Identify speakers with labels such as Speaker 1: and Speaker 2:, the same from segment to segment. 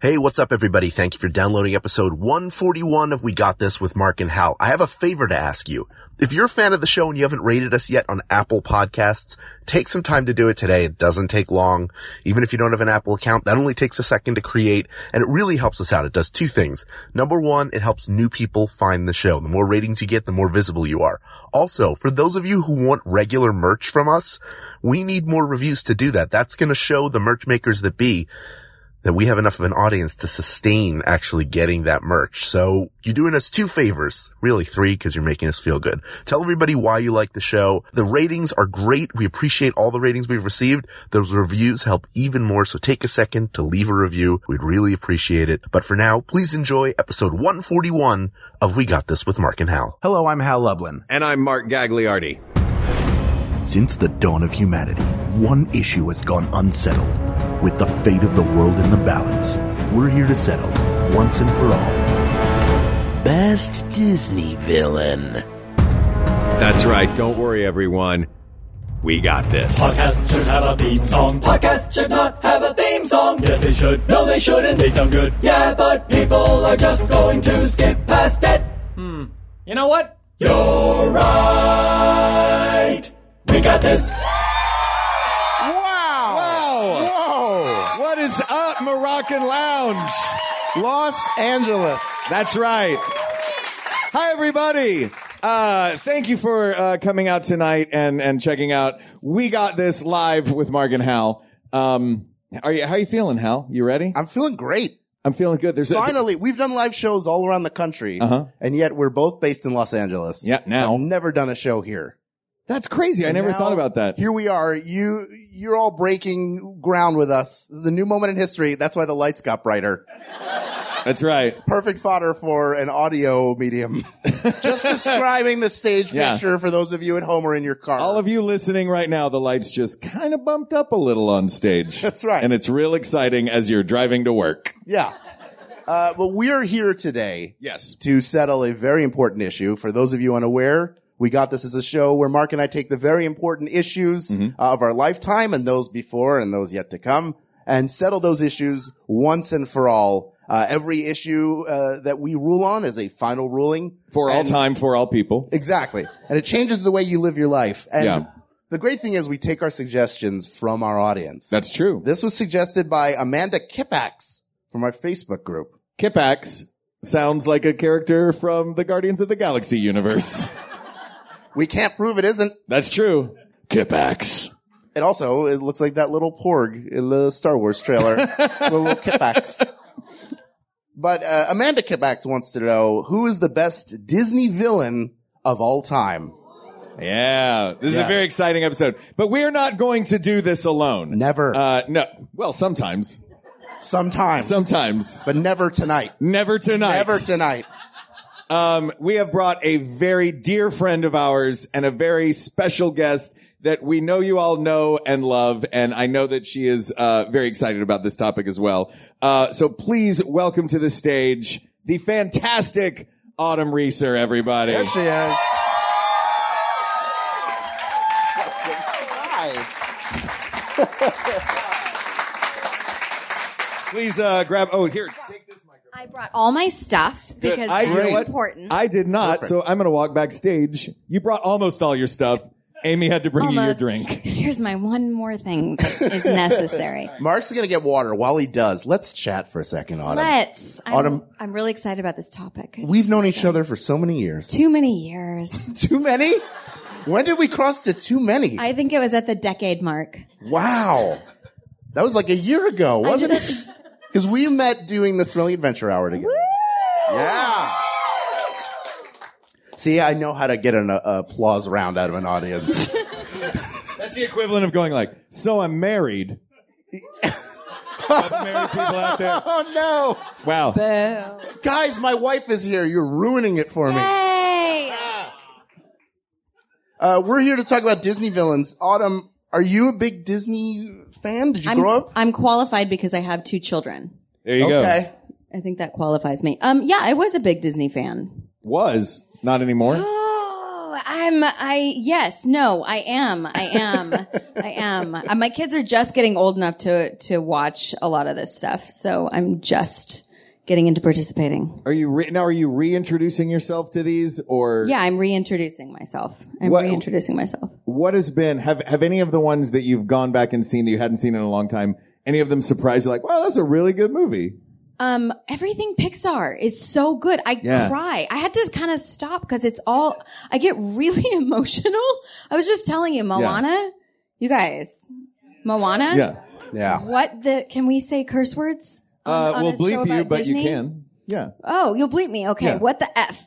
Speaker 1: Hey, what's up everybody? Thank you for downloading episode 141 of We Got This with Mark and Hal. I have a favor to ask you. If you're a fan of the show and you haven't rated us yet on Apple podcasts, take some time to do it today. It doesn't take long. Even if you don't have an Apple account, that only takes a second to create and it really helps us out. It does two things. Number one, it helps new people find the show. The more ratings you get, the more visible you are. Also, for those of you who want regular merch from us, we need more reviews to do that. That's going to show the merch makers that be that we have enough of an audience to sustain actually getting that merch. So you're doing us two favors, really three, because you're making us feel good. Tell everybody why you like the show. The ratings are great. We appreciate all the ratings we've received. Those reviews help even more. So take a second to leave a review. We'd really appreciate it. But for now, please enjoy episode 141 of We Got This with Mark and Hal.
Speaker 2: Hello, I'm Hal Lublin.
Speaker 3: And I'm Mark Gagliardi.
Speaker 4: Since the dawn of humanity, one issue has gone unsettled. With the fate of the world in the balance, we're here to settle once and for all.
Speaker 5: Best Disney villain.
Speaker 3: That's right. Don't worry, everyone. We got this.
Speaker 6: Podcasts should have a theme song. Podcasts should not have a theme song. Yes, they should. No, they shouldn't. They sound good. Yeah, but people are just going to skip past it. Hmm. You know what? You're right. We got this.
Speaker 2: Whoa!
Speaker 7: What is up, Moroccan Lounge? Los Angeles.
Speaker 3: That's right.
Speaker 7: Hi, everybody. Uh, thank you for uh, coming out tonight and, and checking out. We got this live with Mark and Hal. Um, are you, how you feeling, Hal? You ready?
Speaker 8: I'm feeling great.
Speaker 7: I'm feeling good. There's a,
Speaker 8: Finally, we've done live shows all around the country,
Speaker 7: Uh-huh.
Speaker 8: and yet we're both based in Los Angeles.
Speaker 7: Yeah, now.
Speaker 8: I've never done a show here.
Speaker 7: That's crazy. I never
Speaker 8: Now,
Speaker 7: thought about that.
Speaker 8: Here we are. You you're all breaking ground with us. This is a new moment in history. That's why the lights got brighter.
Speaker 7: That's right.
Speaker 8: Perfect fodder for an audio medium. Just describing the stage
Speaker 7: Yeah.
Speaker 8: picture for those of you at home or in your car.
Speaker 7: All of you listening right now, the lights just kind of bumped up a little on stage.
Speaker 8: That's right.
Speaker 7: And it's real exciting as you're driving to work.
Speaker 8: yeah. Uh, but we are here today
Speaker 7: Yes.
Speaker 8: to settle a very important issue. For those of you unaware, we got this as a show where Mark and I take the very important issues
Speaker 7: Mm-hmm.
Speaker 8: uh, of our lifetime and those before and those yet to come and settle those issues once and for all. Uh, every issue uh, that we rule on is a final ruling
Speaker 7: For all
Speaker 8: And-
Speaker 7: time, for all people.
Speaker 8: Exactly, and it changes the way you live your life. And
Speaker 7: Yeah.
Speaker 8: the, the great thing is we take our suggestions from our audience.
Speaker 7: That's true.
Speaker 8: this was suggested by Amanda Kipax from our Facebook group.
Speaker 7: Kipax sounds like a character from the Guardians of the Galaxy universe.
Speaker 8: We can't prove it isn't.
Speaker 7: That's true. Kipax.
Speaker 8: It also it looks like that little porg in the Star Wars trailer, the little Kipax. But uh, Amanda Kipax wants to know who is the best Disney villain of all time.
Speaker 7: Yeah, this is a
Speaker 8: Yes.
Speaker 7: very exciting episode. But we're not going to do this alone.
Speaker 8: Never.
Speaker 7: Uh, no. Well, sometimes.
Speaker 8: Sometimes,
Speaker 7: Sometimes.
Speaker 8: but never tonight.
Speaker 7: Never tonight.
Speaker 8: Never tonight.
Speaker 7: Um, we have brought a very dear friend of ours and a very special guest that we know you all know and love. And I know that she is uh, very excited about this topic as well. Uh, so please welcome to the stage the fantastic Autumn Reeser, everybody.
Speaker 8: There she is. Hi.
Speaker 7: Please uh, grab. Oh, here. Take this
Speaker 9: I brought all my stuff because
Speaker 7: I, you know
Speaker 9: that's
Speaker 7: what?
Speaker 9: important.
Speaker 7: I did not. So I'm going to walk backstage. You brought almost all your stuff. Amy had to bring you your
Speaker 9: Almost.
Speaker 7: drink.
Speaker 9: Here's my one more thing that is necessary.
Speaker 8: Mark's gonna get water. While he does, let's chat for a second, Autumn.
Speaker 9: Let's. I'm,
Speaker 8: Autumn.
Speaker 9: I'm really excited about this topic.
Speaker 8: We've known each other for so many years.
Speaker 9: too many years.
Speaker 8: Too many? When did we cross to too many?
Speaker 9: I think it was at the decade mark.
Speaker 8: Wow. That was like a year ago, wasn't
Speaker 9: did-
Speaker 8: it? Because we met doing the Thrilling Adventure Hour together. Yeah. See, I know how to get an uh, applause round out of an audience.
Speaker 7: That's the equivalent of going like, so I'm married. All the married people out there.
Speaker 8: oh
Speaker 7: Wow.
Speaker 9: Boo.
Speaker 8: no. Guys, my wife is here. You're ruining it for me.
Speaker 9: Hey.
Speaker 8: Uh, we're here to talk about Disney villains. Autumn, are you a big Disney fan? Did you
Speaker 9: I'm,
Speaker 8: grow up?
Speaker 9: I'm qualified because I have two children.
Speaker 7: There you go.
Speaker 8: Okay.
Speaker 9: I think that qualifies me. Um, yeah, I was a big Disney fan.
Speaker 7: Was not anymore.
Speaker 9: Oh, I'm, I, yes, no, I am. I am. I am. Uh, My kids are just getting old enough to, to watch a lot of this stuff. So I'm just getting into participating.
Speaker 7: Are you re- now? Are you reintroducing yourself to these, or
Speaker 9: Yeah, I'm reintroducing myself. I'm
Speaker 7: What-
Speaker 9: reintroducing myself.
Speaker 7: what has been? Have have any of the ones that you've gone back and seen that you hadn't seen in a long time? Any of them surprised you? Like, wow, that's a really good movie.
Speaker 9: Um, everything Pixar is so good. I
Speaker 7: Yeah.
Speaker 9: cry. I had to kind of stop because it's all, I get really emotional. I was just telling you, Moana, you guys, Moana,
Speaker 7: Yeah.
Speaker 8: Yeah.
Speaker 9: what the, can we say curse words?
Speaker 7: Uh,
Speaker 9: on
Speaker 7: we'll
Speaker 9: a show
Speaker 7: bleep you,
Speaker 9: about
Speaker 7: but you
Speaker 9: Disney?
Speaker 7: can. Yeah.
Speaker 9: Oh, you'll bleep me. Okay.
Speaker 7: Yeah.
Speaker 9: What the F?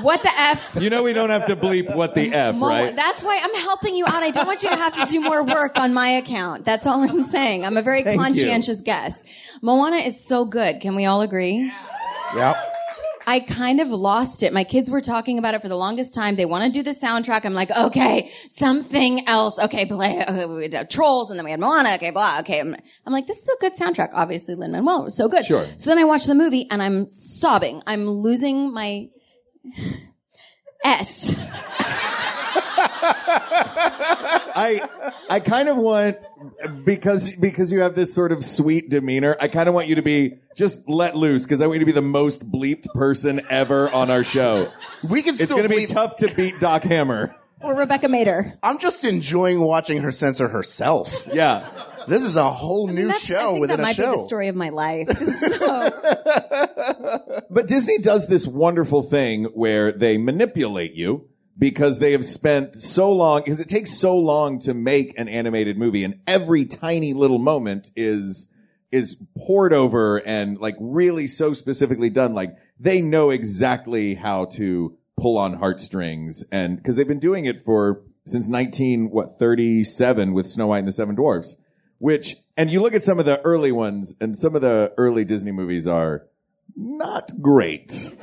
Speaker 9: What the F?
Speaker 7: You know we don't have to bleep what the F,
Speaker 9: Mo-
Speaker 7: right?
Speaker 9: That's why I'm helping you out. I don't want you to have to do more work on my account. That's all I'm saying. I'm a very
Speaker 7: you.
Speaker 9: conscientious guest. Moana is so good. Can we all agree?
Speaker 8: Yep.
Speaker 9: I kind of lost it. My kids were talking about it for the longest time. They want to do the soundtrack. I'm like, okay, something else. Okay, play okay, we did Trolls, and then we had Moana. Okay, blah. Okay, I'm, I'm like, this is a good soundtrack. Obviously, Lin Manuel was so good.
Speaker 7: Sure.
Speaker 9: So then I watch the movie, and I'm sobbing. I'm losing my S.
Speaker 7: I I kind of want because because you have this sort of sweet demeanor. I kind of want you to be just let loose because I want you to be the most bleeped person ever on our show.
Speaker 8: We can
Speaker 7: It's
Speaker 8: still
Speaker 7: going to be
Speaker 8: bleep-
Speaker 7: tough to beat Doc Hammer.
Speaker 9: Or Rebecca Mater.
Speaker 8: I'm just enjoying watching her censor herself.
Speaker 7: Yeah,
Speaker 8: This is a whole new
Speaker 9: That's- I
Speaker 8: show
Speaker 9: think
Speaker 8: within
Speaker 9: that might
Speaker 8: a show.
Speaker 9: be the story of my life. So,
Speaker 7: but Disney does this wonderful thing where they manipulate you because they have spent so long because it takes so long to make an animated movie, and every tiny little moment is is poured over and like really so specifically done. Like they know exactly how to pull on heartstrings and because they've been doing it for since 19, what, 37 with Snow White and the Seven Dwarfs, which, and you look at some of the early ones and some of the early Disney movies are not great.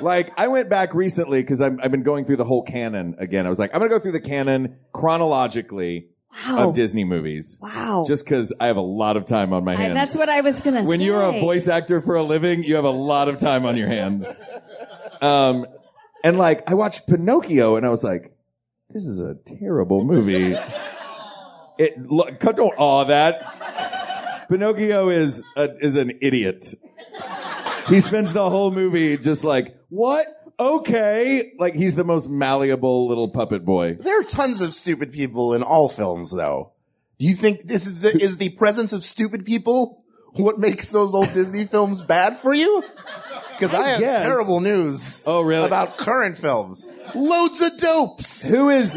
Speaker 7: like I went back recently because I've been going through the whole canon again. I was like, I'm going to go through the canon chronologically
Speaker 9: wow.
Speaker 7: of Disney movies.
Speaker 9: Oh. Wow.
Speaker 7: Just because I have a lot of time on my
Speaker 9: I,
Speaker 7: hands.
Speaker 9: that's what I was going to say.
Speaker 7: When you're a voice actor for a living, you have a lot of time on your hands. Um, and like, I watched Pinocchio and I was like, this is a terrible movie. It, look, cut- don't awe that. Pinocchio is a, is an idiot. He spends the whole movie just like, what? Okay. Like, he's the most malleable little puppet boy.
Speaker 8: There are tons of stupid people in all films, though. Do you think this is the, is the presence of stupid people what makes those old Disney films bad for you? Because I, have
Speaker 7: guess.
Speaker 8: terrible news.
Speaker 7: Oh, really?
Speaker 8: About current films, loads of dopes.
Speaker 7: Who is?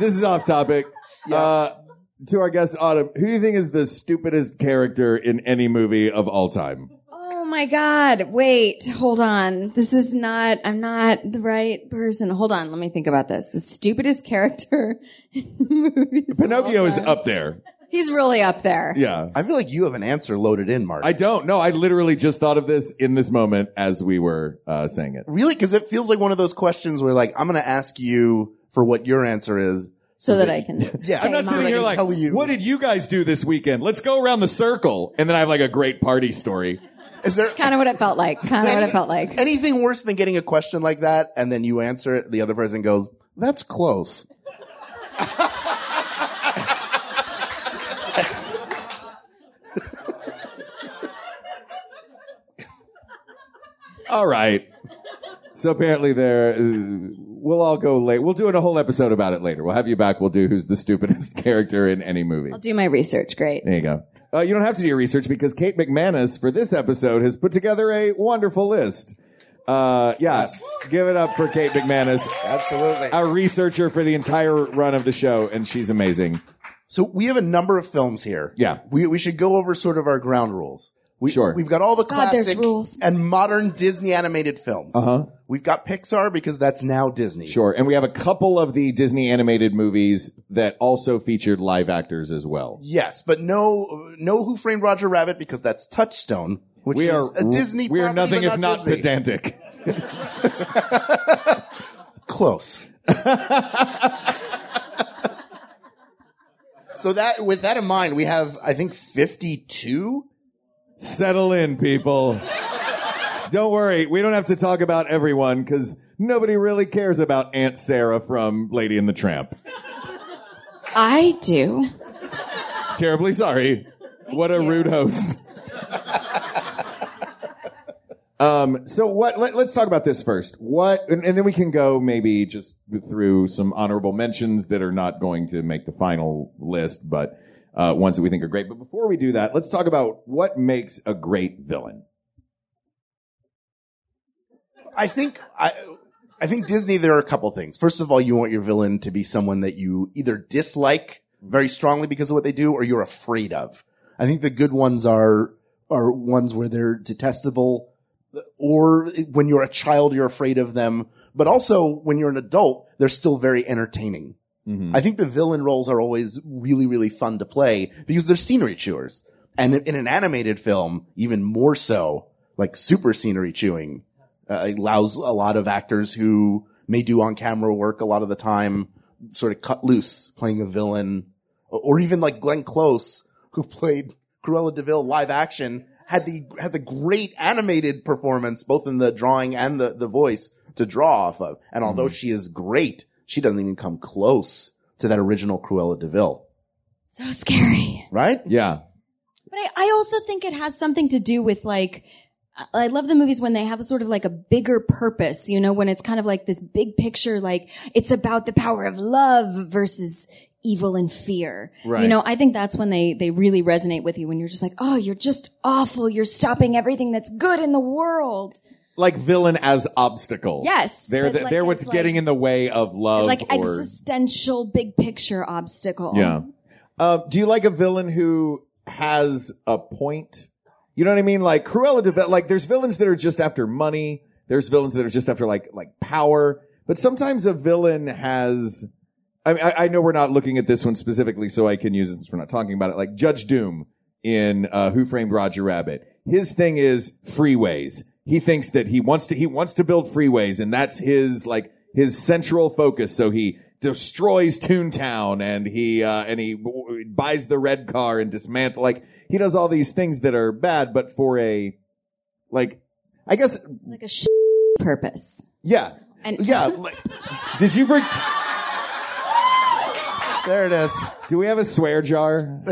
Speaker 7: This is off topic. Uh, to our guest Autumn, who do you think is the stupidest character in any movie of all time?
Speaker 9: Oh my God. Wait, hold on. This is not, I'm not the right person. Hold on. Let me think about this. The stupidest character in movies. of
Speaker 7: Pinocchio
Speaker 9: all
Speaker 7: is
Speaker 9: time.
Speaker 7: up there.
Speaker 9: He's really up there.
Speaker 7: Yeah.
Speaker 8: I feel like you have an answer loaded in, Mark.
Speaker 7: I don't know. I literally just thought of this in this moment as we were uh, saying it.
Speaker 8: really, because it feels like one of those questions where, like, I'm going to ask you for what your answer is.
Speaker 9: So that I can.
Speaker 8: Yeah,
Speaker 9: say
Speaker 7: I'm not
Speaker 9: mine.
Speaker 7: sitting here
Speaker 8: can
Speaker 7: like,
Speaker 8: tell you.
Speaker 7: what did you guys do this weekend? Let's go around the circle. And then I have like a great party story.
Speaker 8: Is there
Speaker 9: Kind of what it felt like. Kind of what it felt like.
Speaker 8: anything worse than getting a question like that and then you answer it? The other person goes, "That's close."
Speaker 7: All right. So apparently there, uh, we'll all go late. We'll do it a whole episode about it later. We'll have you back. We'll do who's the stupidest character in any movie.
Speaker 9: I'll do my research. Great.
Speaker 7: There you go. Uh, you don't have to do your research because Kate McManus for this episode has put together a wonderful list. Uh, yes, give it up for Kate McManus,
Speaker 8: Absolutely.
Speaker 7: our researcher for the entire run of the show, and she's amazing.
Speaker 8: So we have a number of films here.
Speaker 7: Yeah.
Speaker 8: We we should go over sort of our ground rules. We,
Speaker 7: Sure.
Speaker 8: We've got all the
Speaker 9: God, there's
Speaker 8: classic
Speaker 9: rules.
Speaker 8: and modern Disney animated films. Uh
Speaker 7: Uh-huh.
Speaker 8: We've got Pixar because that's now Disney.
Speaker 7: Sure, and we have a couple of the Disney animated movies that also featured live actors as well.
Speaker 8: Yes, but no, no. Who Framed Roger Rabbit? Because that's Touchstone, which
Speaker 7: We
Speaker 8: is
Speaker 7: are
Speaker 8: a Disney.
Speaker 7: We are
Speaker 8: property,
Speaker 7: nothing
Speaker 8: but
Speaker 7: if not
Speaker 8: Disney.
Speaker 7: pedantic.
Speaker 8: Close. so that, with that in mind, we have I think fifty-two
Speaker 7: Settle in, people. Don't worry, we don't have to talk about everyone because nobody really cares about Aunt Sarah from Lady and the Tramp.
Speaker 9: I do.
Speaker 7: Terribly sorry. What a rude host. um, so what, let, us talk about this first. What, and, and then we can go maybe just through some honorable mentions that are not going to make the final list, but, uh, ones that we think are great. But before we do that, let's talk about what makes a great villain.
Speaker 8: I think I I think Disney there are a couple things. First of all, you want your villain to be someone that you either dislike very strongly because of what they do or you're afraid of. I think the good ones are are ones where they're detestable or when you're a child you're afraid of them, but also when you're an adult they're still very entertaining.
Speaker 7: Mm-hmm.
Speaker 8: I think the villain roles are always really really fun to play because they're scenery chewers. And in an animated film, even more so, like super scenery chewing uh, allows a lot of actors who may do on camera work a lot of the time sort of cut loose playing a villain or, or even like Glenn Close who played Cruella DeVille live action had the had the great animated performance both in the drawing and the the voice to draw off of and although she is great she doesn't even come close to that original Cruella DeVille
Speaker 9: So scary.
Speaker 8: right
Speaker 7: Yeah.
Speaker 9: But I, I also think it has something to do with like, I- I love the movies when they have sort of like a bigger purpose, you know, when it's kind of like this big picture, like it's about the power of love versus evil and fear.
Speaker 7: Right.
Speaker 9: You know, I think that's when they, they really resonate with you when you're just like, oh, you're just awful. You're stopping everything that's good in the world.
Speaker 7: Like villain as obstacle.
Speaker 9: Yes,
Speaker 7: They're,
Speaker 9: but
Speaker 7: the,
Speaker 9: like
Speaker 7: they're
Speaker 9: as
Speaker 7: what's
Speaker 9: like-
Speaker 7: getting in the way of love.
Speaker 9: It's like
Speaker 7: or,
Speaker 9: existential big picture obstacle.
Speaker 7: Yeah. Uh, do you like a villain who has a point? You know what I mean? Like Cruella de Vil- like there's villains that are just after money. There's villains that are just after like, like power. But sometimes a villain has, I mean, I, I know we're not looking at this one specifically, so I can use it since we're not talking about it. Like Judge Doom in, uh, Who Framed Roger Rabbit. His thing is freeways. He thinks that he wants to, he wants to build freeways and that's his, like, his central focus. So he destroys Toontown and he, uh, and he w- buys the red car and dismantle, like, he does all these things that are bad, but for a, like, I guess,
Speaker 9: Like a sh- purpose.
Speaker 7: yeah.
Speaker 9: And
Speaker 7: Yeah. Like, did you, for-
Speaker 8: there it is
Speaker 7: Do we have a swear jar?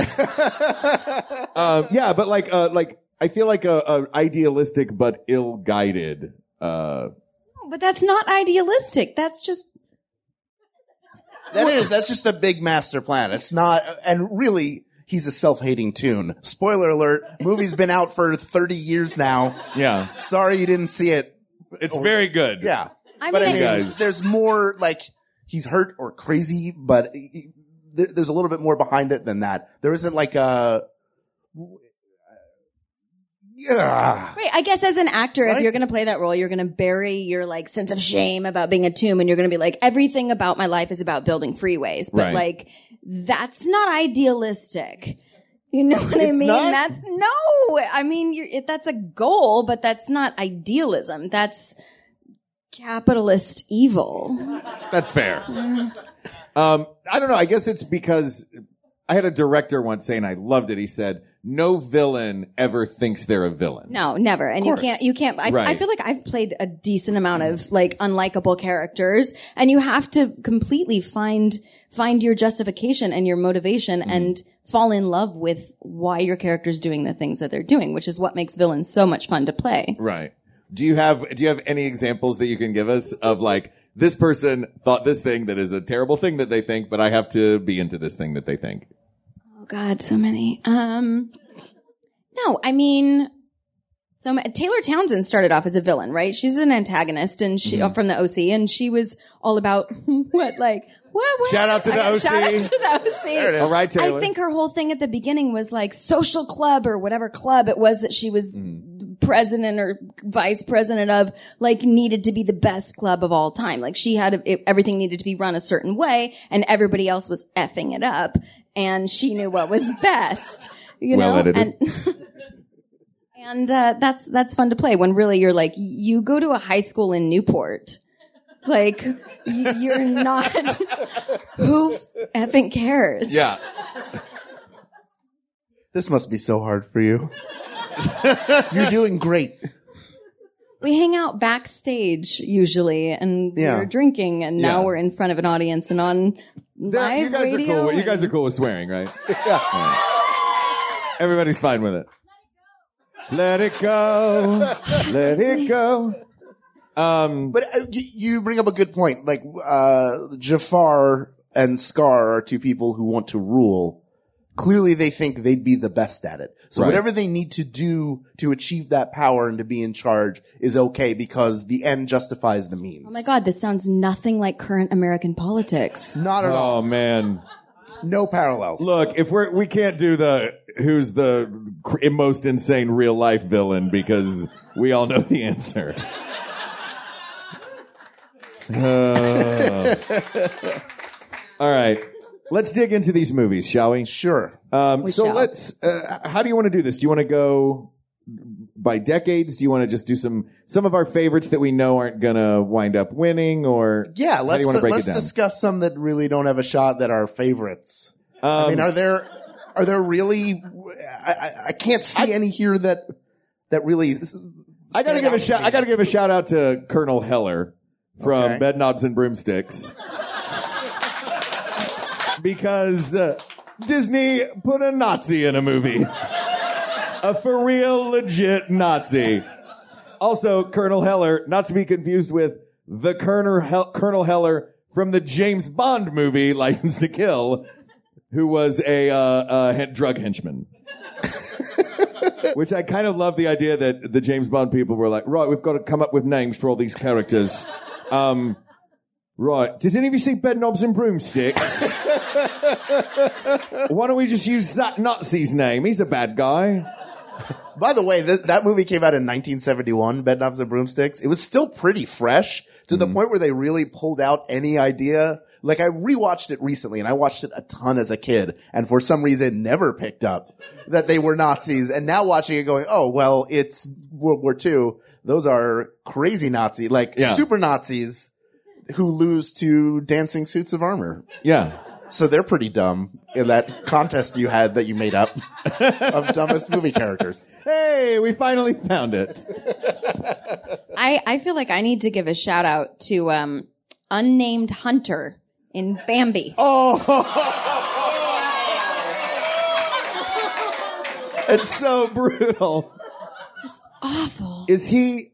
Speaker 7: um, yeah, but like, uh, like I feel like a, a idealistic but ill-guided. Uh,
Speaker 9: but that's not idealistic. That's just
Speaker 8: That is. That's just a big master plan. It's not, and really, he's a self-hating tune. Spoiler alert: movie's been out for thirty years now.
Speaker 7: yeah,
Speaker 8: Sorry you didn't see it.
Speaker 7: it's very good.
Speaker 8: Yeah,
Speaker 9: I
Speaker 8: but I
Speaker 9: mean,
Speaker 8: mean,
Speaker 7: Guys.
Speaker 8: there's more. Like he's hurt or crazy, but he- he- there- there's a little bit more behind it than that. There isn't like a. Yeah.
Speaker 9: Right. I guess as an actor, if
Speaker 8: Right?
Speaker 9: you're going to play that role, you're going to bury your like sense of shame about being a tomb and you're going to be like, everything about my life is about building freeways. But
Speaker 7: Right.
Speaker 9: like, that's not idealistic. You know what I
Speaker 7: It's
Speaker 9: mean?
Speaker 7: not?
Speaker 9: That's no, I mean, you're, it, that's a goal, but that's not idealism. That's capitalist evil.
Speaker 7: That's fair. Um, I don't know. I guess it's because I had a director once say, and I loved it. He said, "No villain ever thinks they're a villain."
Speaker 9: No, never. And you
Speaker 8: course.
Speaker 9: can't, you can't, I, I
Speaker 7: Right.
Speaker 9: feel like I've played a decent amount of like unlikable characters and you have to completely find, find your justification and your motivation and fall in love with why your character's doing the things that they're doing, which is what makes villains so much fun to play.
Speaker 7: Right. Do you have do you have any examples that you can give us of like this person thought this thing that is a terrible thing that they think, but I have to be into this thing that they think?
Speaker 9: Oh God, so many. Um, no, I mean, so ma- Taylor Townsend started off as a villain, right? She's an antagonist, and she
Speaker 7: Mm-hmm.
Speaker 9: from the OC, and she was all about what, like, what? what
Speaker 7: Shout out to the
Speaker 9: I- Shout out
Speaker 7: OC.
Speaker 9: to the OC.
Speaker 7: All right, Taylor.
Speaker 9: I think her whole thing at the beginning was like social club or whatever club it was that she was
Speaker 7: Mm-hmm.
Speaker 9: president or vice president of, like needed to be the best club of all time. Like she had it, everything needed to be run a certain way and everybody else was effing it up and she knew what was best, you
Speaker 7: Well
Speaker 9: know?
Speaker 7: edited.
Speaker 9: And, and, uh, that's, that's fun to play when really you're like, you go to a high school in Newport. Like, y- you're not, who effing cares?
Speaker 7: Yeah.
Speaker 8: This must be so hard for you. You're doing great.
Speaker 9: we hang out backstage usually and
Speaker 8: Yeah.
Speaker 9: we're drinking and now
Speaker 7: Yeah.
Speaker 9: we're in front of an audience and on
Speaker 7: Yeah,
Speaker 9: live
Speaker 7: you guys
Speaker 9: radio.
Speaker 7: are cool. With, you
Speaker 9: and-
Speaker 7: guys are cool with swearing, right? Everybody's fine with it. Let it go. Let it go. Um,
Speaker 8: But uh, you, you bring up a good point. Like uh, Jafar and Scar are two people who want to rule. Clearly, they think they'd be the best at it. So
Speaker 7: Right.
Speaker 8: whatever they need to do to achieve that power and to be in charge is okay because the end justifies the means.
Speaker 9: Oh my god, this sounds nothing like current American politics.
Speaker 8: Not at all.
Speaker 7: oh man.
Speaker 8: No parallels.
Speaker 7: Look, if we're we can't do the who's the cr- most insane real life villain because we all know the answer. Uh, all right, let's dig into these movies, shall we?
Speaker 8: Sure.
Speaker 7: Um,
Speaker 9: We
Speaker 7: so
Speaker 9: shall.
Speaker 7: let's. Uh, how do you want to do this? Do you want to go by decades? Do you want to just do some some of our favorites that we know aren't gonna wind up winning? Or
Speaker 8: Yeah,
Speaker 7: How do
Speaker 8: let's
Speaker 7: you wanna break it
Speaker 8: let's
Speaker 7: down?
Speaker 8: discuss some that really don't have a shot that are favorites.
Speaker 7: um,
Speaker 8: I mean, are there are there really? I, I, I can't see any here that that
Speaker 7: I
Speaker 8: really.
Speaker 7: gotta
Speaker 8: stand
Speaker 7: give a shout.
Speaker 8: out to me.
Speaker 7: I gotta give a shout out to Colonel Heller from
Speaker 8: Okay.
Speaker 7: Bedknobs and Broomsticks because uh, Disney put a Nazi in a movie, a for real legit Nazi. Also, Colonel Heller, not to be confused with the Colonel Hel- Colonel Heller from the James Bond movie License to Kill, who was a uh, uh, hen- drug henchman. Which I kind of love the idea that the James Bond people were like, right, we've got to come up with names for all these characters. Um, right. Does any of you see bed knobs and broomsticks? Why don't we just use that Nazi's name? He's a bad guy.
Speaker 8: By the way, th- that movie came out in 1971, Bedknobs and Broomsticks. It was still pretty fresh to the point where they really pulled out any idea. Like I rewatched it recently and I watched it a ton as a kid and for some reason never picked up that they were Nazis and now watching it going, oh, well, it's World War II. Those are crazy Nazi, like
Speaker 7: Yeah.
Speaker 8: super Nazis who lose to dancing suits of armor.
Speaker 7: Yeah.
Speaker 8: So they're pretty dumb in that contest you had that you made up of dumbest movie characters.
Speaker 7: Hey, we finally found it.
Speaker 9: I, I feel like I need to give a shout out to um, unnamed hunter in Bambi.
Speaker 7: Oh. It's so brutal.
Speaker 9: Awful.
Speaker 7: Is he?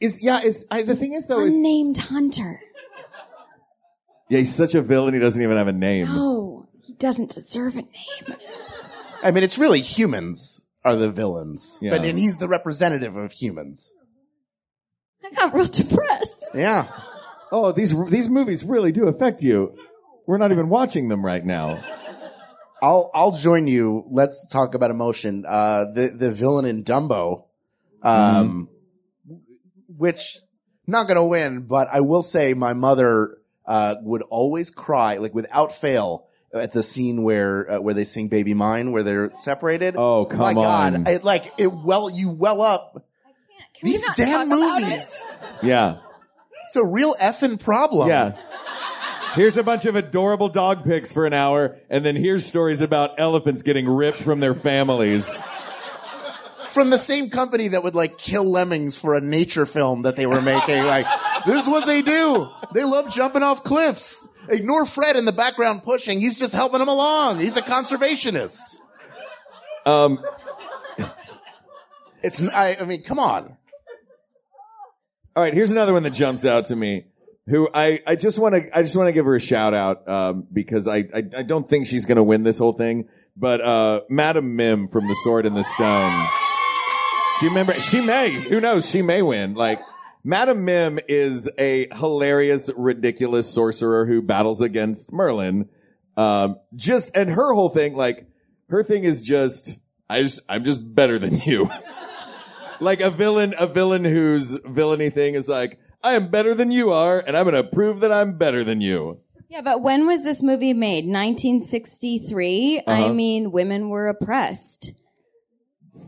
Speaker 7: Is yeah? Is I, the thing is though is
Speaker 9: unnamed hunter.
Speaker 7: yeah? He's such a villain. He doesn't even have a name.
Speaker 9: No, he doesn't deserve a name.
Speaker 8: I mean, it's really humans are the villains,
Speaker 7: Yeah.
Speaker 8: but and he's the representative of humans.
Speaker 9: I got real depressed.
Speaker 8: Yeah,
Speaker 7: Oh, these these movies really do affect you. We're not even watching them right now.
Speaker 8: I'll I'll join you. Let's talk about emotion. Uh, the the villain in Dumbo,
Speaker 7: Mm-hmm.
Speaker 8: um, which not gonna win, but I will say my mother uh would always cry like without fail at the scene where uh, where they sing "Baby Mine," where they're separated.
Speaker 7: Oh, come
Speaker 8: my
Speaker 7: on.
Speaker 8: God! I, like it well, you well up.
Speaker 9: we
Speaker 8: These
Speaker 9: not
Speaker 8: damn
Speaker 9: talk about it?
Speaker 8: movies.
Speaker 7: Yeah.
Speaker 8: It's a real effing problem.
Speaker 7: Yeah. Here's a bunch of adorable dog pics for an hour, and then here's stories about elephants getting ripped from their families.
Speaker 8: from the same company that would like kill lemmings for a nature film that they were making. Like, this is what they do. They love jumping off cliffs. Ignore Fred in the background pushing. He's just helping them along. He's a conservationist.
Speaker 7: Um,
Speaker 8: It's, n- I, I mean, come on.
Speaker 7: all right, here's another one that jumps out to me. Who I, I just want to I just want to give her a shout out um, because I, I I don't think she's gonna win this whole thing, but uh, Madam Mim from The Sword and the Stone. Do you remember? She may. Who knows? She may win. Like, Madame Mim is a hilarious, ridiculous sorcerer who battles against Merlin. Um, just, and her whole thing, like, her thing is just, I just, I'm just better than you. like a villain, a villain whose villainy thing is like, I am better than you are, and I'm gonna prove that I'm better than you.
Speaker 9: Yeah, but when was this movie made? 1963. I
Speaker 7: Uh-huh.
Speaker 9: mean, women were oppressed.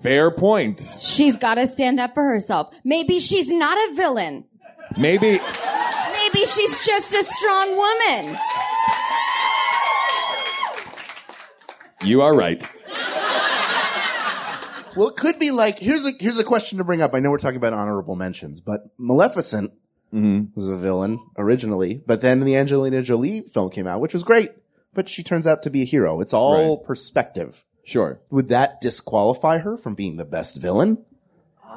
Speaker 7: Fair point.
Speaker 9: She's got to stand up for herself. Maybe she's not a villain.
Speaker 7: Maybe,
Speaker 9: Maybe she's just a strong woman.
Speaker 7: you are right.
Speaker 8: Well, it could be like here's a here's a question to bring up. I know we're talking about honorable mentions, but Maleficent was a villain originally, but then the Angelina Jolie film came out, which was great, but she turns out to be a hero. It's all perspective.
Speaker 7: Sure.
Speaker 8: Would that disqualify her from being the best villain?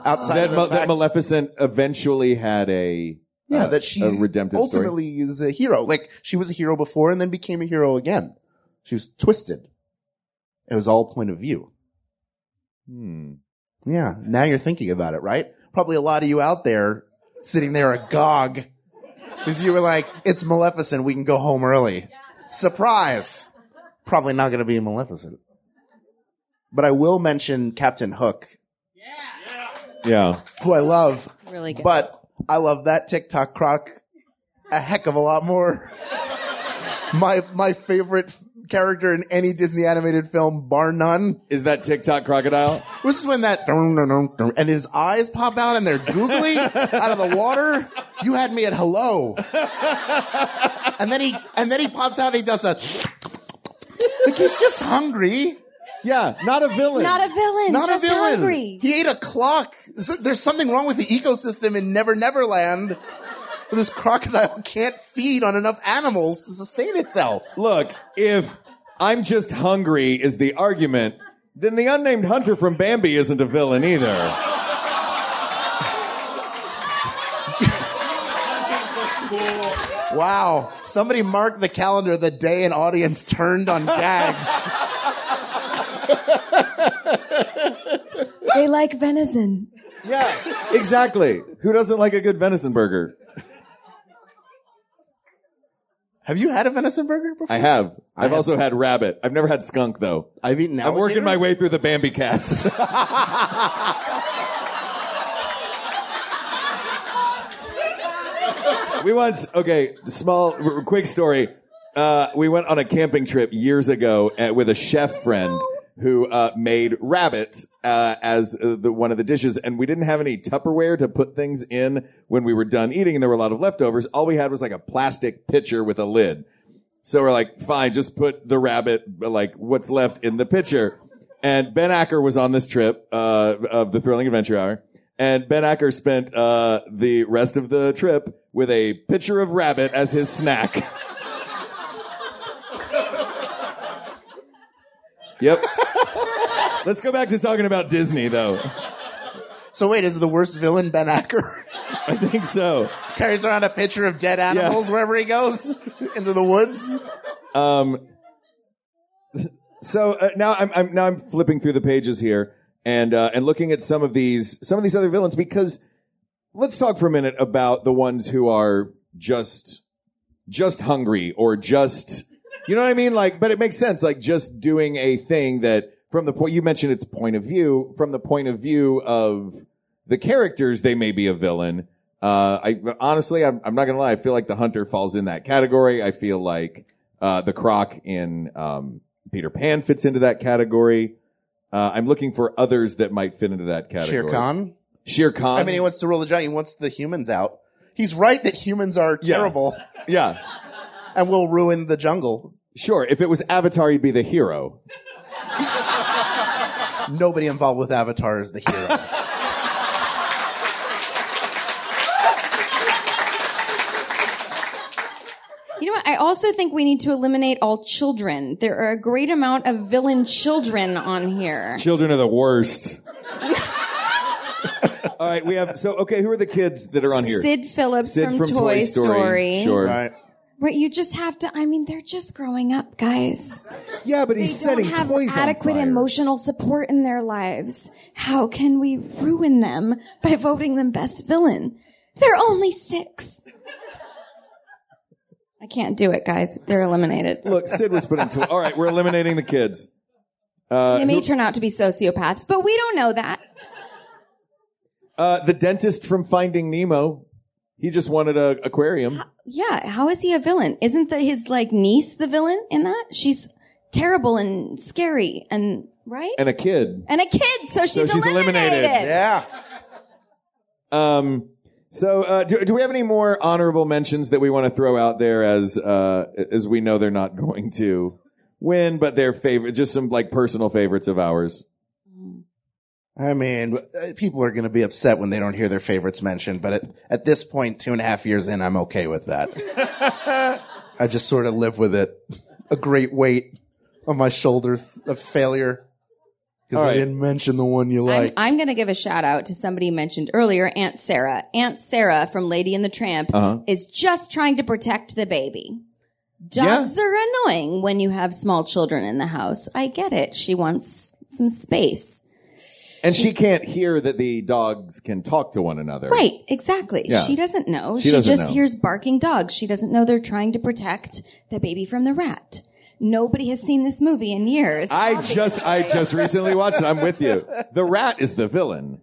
Speaker 8: Outside
Speaker 7: That,
Speaker 8: of the
Speaker 7: Mal- that
Speaker 8: fact,
Speaker 7: Maleficent eventually had a
Speaker 8: yeah,
Speaker 7: uh,
Speaker 8: that she
Speaker 7: a redemptive story.
Speaker 8: ultimately is a hero. Like she was a hero before and then became a hero again. She was twisted. It was all point of view.
Speaker 7: Hmm.
Speaker 8: Yeah. Now you're thinking about it, right? Probably a lot of you out there sitting there agog because you were like, it's Maleficent. We can go home early. Surprise. Probably not going to be Maleficent. But I will mention Captain Hook,
Speaker 7: Yeah.
Speaker 8: who I love,
Speaker 9: Really good.
Speaker 8: but I love that TikTok croc a heck of a lot more. my, my favorite f- character in any Disney animated film, bar none.
Speaker 7: Is that TikTok crocodile?
Speaker 8: This is when that dun, dun, dun, dun, and his eyes pop out and they're googly out of the water. You had me at hello. And then he and then he pops out and he does that. Like he's just hungry.
Speaker 7: Yeah, not a villain.
Speaker 9: not a villain.
Speaker 8: Not
Speaker 9: just
Speaker 8: a villain.
Speaker 9: Hungry.
Speaker 8: He ate a clock. So- There's something wrong with the ecosystem in Never Neverland. This crocodile can't feed on enough animals to sustain itself.
Speaker 7: Look, if I'm just hungry is the argument, then the unnamed hunter from Bambi isn't a villain either.
Speaker 8: Wow. Somebody marked the calendar the day an audience turned on gags.
Speaker 9: They like venison.
Speaker 7: Yeah, exactly. Who doesn't like a good venison burger?
Speaker 8: Have you had a venison burger before?
Speaker 7: I have. Oh, I've also had rabbit. I've never had skunk though.
Speaker 8: I've eaten
Speaker 7: I'm working
Speaker 8: alligator?
Speaker 7: my way through the Bambi cast. we once, okay, small, r- r- quick story. Uh, we went on a camping trip years ago uh with a chef friend who uh, made rabbit uh, as uh, the, one of the dishes, and we didn't have any Tupperware to put things in when we were done eating, and there were a lot of leftovers. All we had was like a plastic pitcher with a lid. So we're like, fine, just put the rabbit, like what's left in the pitcher. And Ben Acker was on this trip uh, of the Thrilling Adventure Hour, and Ben Acker spent uh, the rest of the trip with a pitcher of rabbit as his snack. yep. Let's go back to talking about Disney, though.
Speaker 8: So wait, is the worst villain Ben Acker?
Speaker 7: I think so.
Speaker 8: Carries around a picture of dead animals wherever he goes into the woods.
Speaker 7: Um, so uh, now I'm, I'm now I'm flipping through the pages here and uh, and looking at some of these some of these other villains because let's talk for a minute about the ones who are just just hungry or just you know what I mean like but it makes sense like just doing a thing that from the point you mentioned its point of view from the point of view of the characters they may be a villain uh, I honestly I'm, I'm not gonna lie I feel like the hunter falls in that category I feel like uh, the croc in um, Peter Pan fits into that category. Uh, I'm looking for others that might fit into that
Speaker 8: Shere
Speaker 7: category.
Speaker 8: Khan.
Speaker 7: Shere Khan.
Speaker 8: I mean, he wants to rule the giant. He wants the humans out. He's right that humans are
Speaker 7: Yeah.
Speaker 8: terrible
Speaker 7: yeah,
Speaker 8: and will ruin the jungle.
Speaker 7: sure. If it was Avatar, he'd be the hero.
Speaker 8: Nobody involved with Avatar is the hero.
Speaker 9: You know what? I also think we need to eliminate all children. There are a great amount of villain children on here.
Speaker 7: Children are the worst. All right, we have so okay. Who are the kids that are on here?
Speaker 9: Sid Phillips
Speaker 7: Sid
Speaker 9: from, Toy, Story.
Speaker 7: Sure.
Speaker 8: right.
Speaker 9: Right, you just have to. I mean, they're just growing up, guys.
Speaker 7: Yeah, but
Speaker 9: They
Speaker 7: he's
Speaker 9: don't
Speaker 7: setting
Speaker 9: have
Speaker 7: toys
Speaker 9: adequate
Speaker 7: on fire.
Speaker 9: emotional support in their lives. How can we ruin them by voting them best villain? They're only six. I can't do it, guys. They're eliminated.
Speaker 7: Look, Sid was put into. All right, we're eliminating the kids. Uh,
Speaker 9: They may
Speaker 7: who-
Speaker 9: turn out to be sociopaths, but we don't know that.
Speaker 7: uh, the dentist from Finding Nemo. He just wanted a aquarium.
Speaker 9: Yeah, how is he a villain? Isn't the, his like niece the villain in that? She's terrible and scary and right and,
Speaker 7: and a kid.
Speaker 9: a kid, so she's,
Speaker 7: she's eliminated.
Speaker 8: Yeah.
Speaker 7: Um, so uh, do, do we have any more honorable mentions that we want to throw out there as uh, as we know they're not going to win, but they're favorite, just some like personal favorites of ours.
Speaker 8: I mean, uh, people are going to be upset when they don't hear their favorites mentioned, but at, at this point, two and a half years in, I'm okay with that. I just sort of live with it. A great weight on my shoulders of failure. Because
Speaker 7: All
Speaker 8: I
Speaker 7: right.
Speaker 8: didn't mention the one you like.
Speaker 9: I'm, I'm going to give a shout out to somebody mentioned earlier, Aunt Sarah. Aunt Sarah from Lady and the Tramp
Speaker 7: Uh-huh.
Speaker 9: is just trying to protect the baby. Dogs are annoying when you have small children in the house. I get it. She wants some space.
Speaker 7: And she can't hear that the dogs can talk to one another.
Speaker 9: Right, exactly.
Speaker 7: Yeah.
Speaker 9: She doesn't know.
Speaker 7: She
Speaker 9: She,
Speaker 7: doesn't
Speaker 9: just
Speaker 7: know.
Speaker 9: hears barking dogs. She doesn't know they're trying to protect the baby from the rat. Nobody has seen this movie in years.
Speaker 7: I just I just recently watched it. I'm with you. The rat is the villain.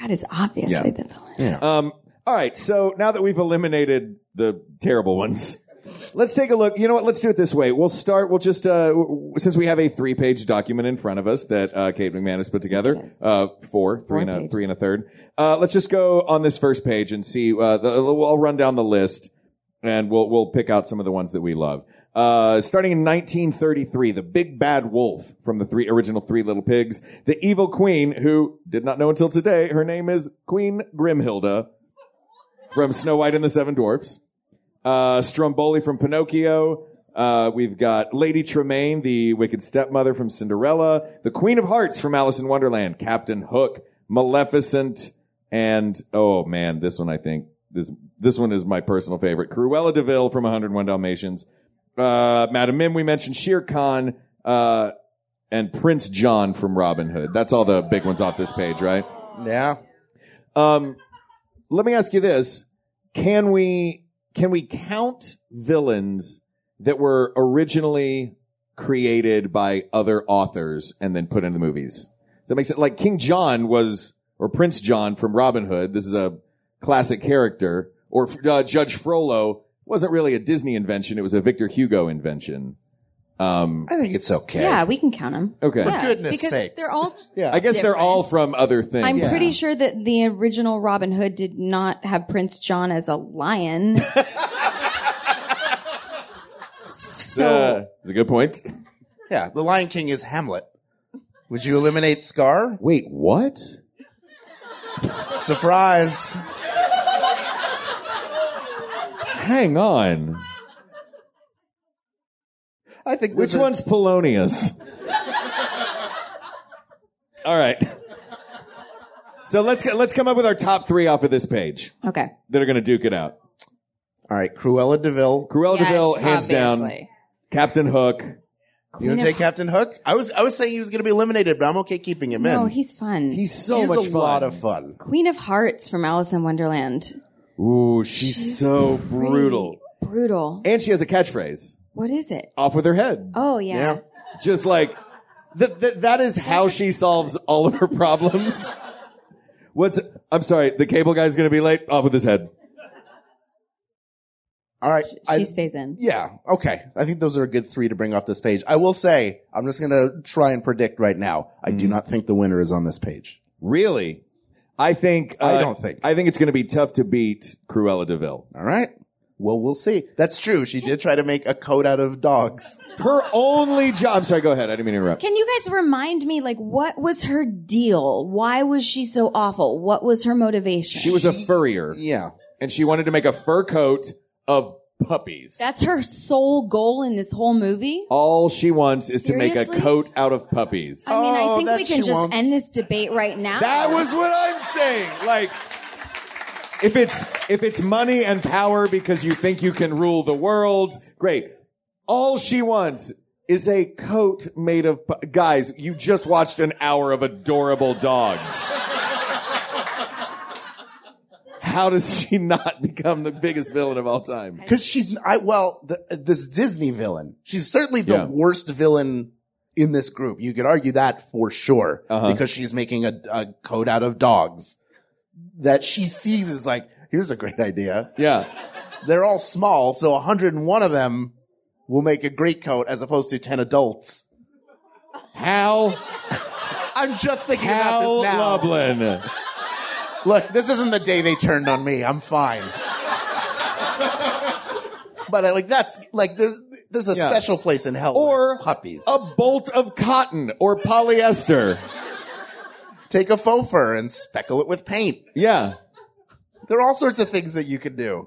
Speaker 9: rat is obviously the villain.
Speaker 7: Um, all right. So now that we've eliminated the terrible ones, let's take a look. You know what? Let's do it this way. We'll start. We'll just uh, w- w- since we have a three-page document in front of us that uh, Kate McMahon has put together,
Speaker 9: Yes.
Speaker 7: uh, four, three
Speaker 9: Four
Speaker 7: and a
Speaker 9: pages.
Speaker 7: three and a third. Uh, let's just go on this first page and see. Uh, the, I'll run down the list, and we'll we'll pick out some of the ones that we love. Uh, starting in 1933, the big bad wolf from the three original Three Little Pigs, the evil queen who did not know until today her name is Queen Grimhilda from Snow White and the Seven Dwarfs, uh, Stromboli from Pinocchio. Uh, we've got Lady Tremaine, the wicked stepmother from Cinderella, the Queen of Hearts from Alice in Wonderland, Captain Hook, Maleficent, and oh man, this one I think this this one is my personal favorite, Cruella Deville from 101 Dalmatians, uh, Madame Mim. We mentioned Shere Khan. Uh, and Prince John from Robin Hood. That's all the big ones off this page, right?
Speaker 8: yeah.
Speaker 7: Um, let me ask you this: Can we can we count villains that were originally created by other authors and then put into movies? Does that make sense? Like King John was, or Prince John from Robin Hood. This is a classic character. Or uh, Judge Frollo wasn't really a Disney invention; it was a Victor Hugo invention. Um,
Speaker 8: I think it's okay.
Speaker 9: Yeah, we can count them.
Speaker 7: okay.
Speaker 9: Yeah,
Speaker 8: goodness
Speaker 9: because
Speaker 8: sakes.
Speaker 9: they're all
Speaker 7: I guess they're all from other things.
Speaker 9: I'm
Speaker 8: Yeah.
Speaker 9: pretty sure that the original Robin Hood did not have Prince John as a lion. so
Speaker 7: Uh, it's a good point.
Speaker 8: Yeah. The Lion King is Hamlet. Would you eliminate Scar?
Speaker 7: Wait, what?
Speaker 8: Surprise.
Speaker 7: Hang on.
Speaker 8: I think
Speaker 7: Which
Speaker 8: there's a-
Speaker 7: one's Polonius? All right. So let's go- let's come up with our top three off of this page
Speaker 9: okay,
Speaker 7: that are going to duke it out.
Speaker 8: All right. Cruella Deville.
Speaker 7: Cruella
Speaker 9: Yes,
Speaker 7: Deville, hands down.
Speaker 9: obviously.
Speaker 7: Captain Hook.
Speaker 8: You gonna
Speaker 9: Queen of-
Speaker 8: take Captain Hook? I was I was saying he was gonna be eliminated, but I'm okay keeping him in.
Speaker 9: No, he's fun.
Speaker 7: He's so
Speaker 8: He's
Speaker 7: much
Speaker 8: a
Speaker 7: fun.
Speaker 8: lot of fun.
Speaker 9: Queen of Hearts from Alice in Wonderland.
Speaker 7: Ooh, she's, so
Speaker 9: Pretty
Speaker 7: brutal,
Speaker 9: Brutal.
Speaker 7: and she has a catchphrase:
Speaker 9: What is it?
Speaker 7: "Off with her head."
Speaker 9: Oh yeah.
Speaker 8: Yeah.
Speaker 7: Just like that. Th- that is how she solves all of her problems. What's? I'm sorry, the cable guy's going to be late. Off with his head.
Speaker 8: All right.
Speaker 9: She
Speaker 8: I,
Speaker 9: stays in.
Speaker 8: yeah. Okay. I think those are a good three to bring off this page. I will say, I'm just gonna try and predict right now. I do not think the winner is on this page.
Speaker 7: Really? I think uh,
Speaker 8: I don't think.
Speaker 7: I think it's going to be tough to beat Cruella Deville.
Speaker 8: All right. Well, we'll see. That's true. She did try to make a coat out of dogs.
Speaker 7: Her only job. I'm sorry. Go ahead. I didn't mean to interrupt.
Speaker 9: Can you guys remind me, like, what was her deal? Why was she so awful? What was her motivation?
Speaker 7: she was a furrier,
Speaker 8: Yeah.
Speaker 7: and she wanted to make a fur coat of puppies.
Speaker 9: That's her sole goal in this whole movie?
Speaker 7: All she wants is to make a
Speaker 9: Seriously?
Speaker 7: coat out of puppies.
Speaker 9: I mean,
Speaker 8: Oh,
Speaker 9: I think we
Speaker 8: that
Speaker 9: can
Speaker 8: she
Speaker 9: just
Speaker 8: wants-
Speaker 9: end this debate right now.
Speaker 7: That was what I'm saying. Like, if it's if it's money and power because you think you can rule the world, great. All she wants is a coat made of pu- guys. You just watched an hour of adorable dogs. How does she not become the biggest villain of all time?
Speaker 8: Cause she's, I, well, the, this Disney villain. She's certainly the
Speaker 7: Yeah.
Speaker 8: worst villain in this group. You could argue that for sure.
Speaker 7: Uh-huh.
Speaker 8: Because she's making a, a coat out of dogs that she sees is like, here's a great idea.
Speaker 7: Yeah.
Speaker 8: They're all small, so 101 of them will make a great coat as opposed to 10 adults.
Speaker 7: Hal
Speaker 8: I'm just thinking
Speaker 7: Hal
Speaker 8: about this now.
Speaker 7: Lublin.
Speaker 8: Look, this isn't the day they turned on me. I'm fine. but I, like that's like there's there's a
Speaker 7: Yeah.
Speaker 8: special place in hell
Speaker 7: Or
Speaker 8: where it's puppies.
Speaker 7: A bolt of cotton or polyester.
Speaker 8: Take a faux fur and speckle it with paint.
Speaker 7: Yeah.
Speaker 8: There are all sorts of things that you can do.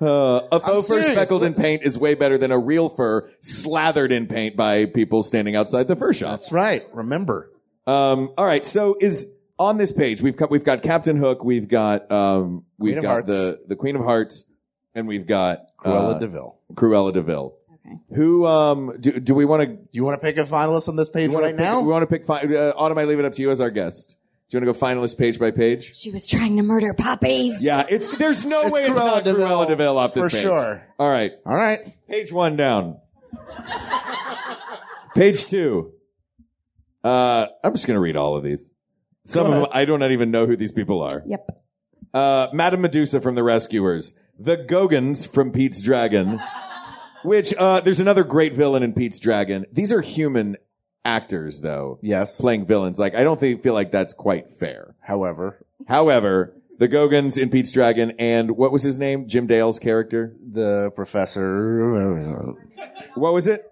Speaker 7: Uh, a
Speaker 8: I'm
Speaker 7: faux fur
Speaker 8: serious.
Speaker 7: speckled in paint is way better than a real fur slathered in paint by people standing outside the fur shop.
Speaker 8: That's right. Remember.
Speaker 7: Um, all right. So is on this page we've got we've got Captain Hook, we've got um, we've
Speaker 8: Queen of
Speaker 7: got
Speaker 8: Hearts.
Speaker 7: the the Queen of Hearts, and we've got
Speaker 8: Cruella
Speaker 7: uh,
Speaker 8: Deville.
Speaker 7: Cruella Deville.
Speaker 9: Okay.
Speaker 7: Who um do, do we want to
Speaker 8: Do you want to pick a finalist on this page
Speaker 7: wanna
Speaker 8: right
Speaker 7: pick-
Speaker 8: now?
Speaker 7: We want to pick. Fi- uh, Autumn, I leave it up to you as our guest. Do you want to go finalist page by page?
Speaker 9: She was trying to murder puppies.
Speaker 7: Yeah, it's there's no
Speaker 8: It's
Speaker 7: way it's
Speaker 8: Cruella
Speaker 7: not
Speaker 8: Deville,
Speaker 7: Cruella Deville off this
Speaker 8: for
Speaker 7: page.
Speaker 8: sure.
Speaker 7: All right,
Speaker 8: All right.
Speaker 7: page one down. page two. Uh, I'm just gonna read all of these. Some of them I do not even know who these people are.
Speaker 9: Yep.
Speaker 7: Uh, Madame Medusa from The Rescuers, the Gogans from Pete's Dragon, which uh, there's another great villain in Pete's Dragon. These are human actors though.
Speaker 8: Yes.
Speaker 7: playing villains. Like, I don't think, feel like that's quite fair.
Speaker 8: However,
Speaker 7: However, the Gogans in Pete's Dragon and what was his name? Jim Dale's character.
Speaker 8: the professor,
Speaker 7: What was it?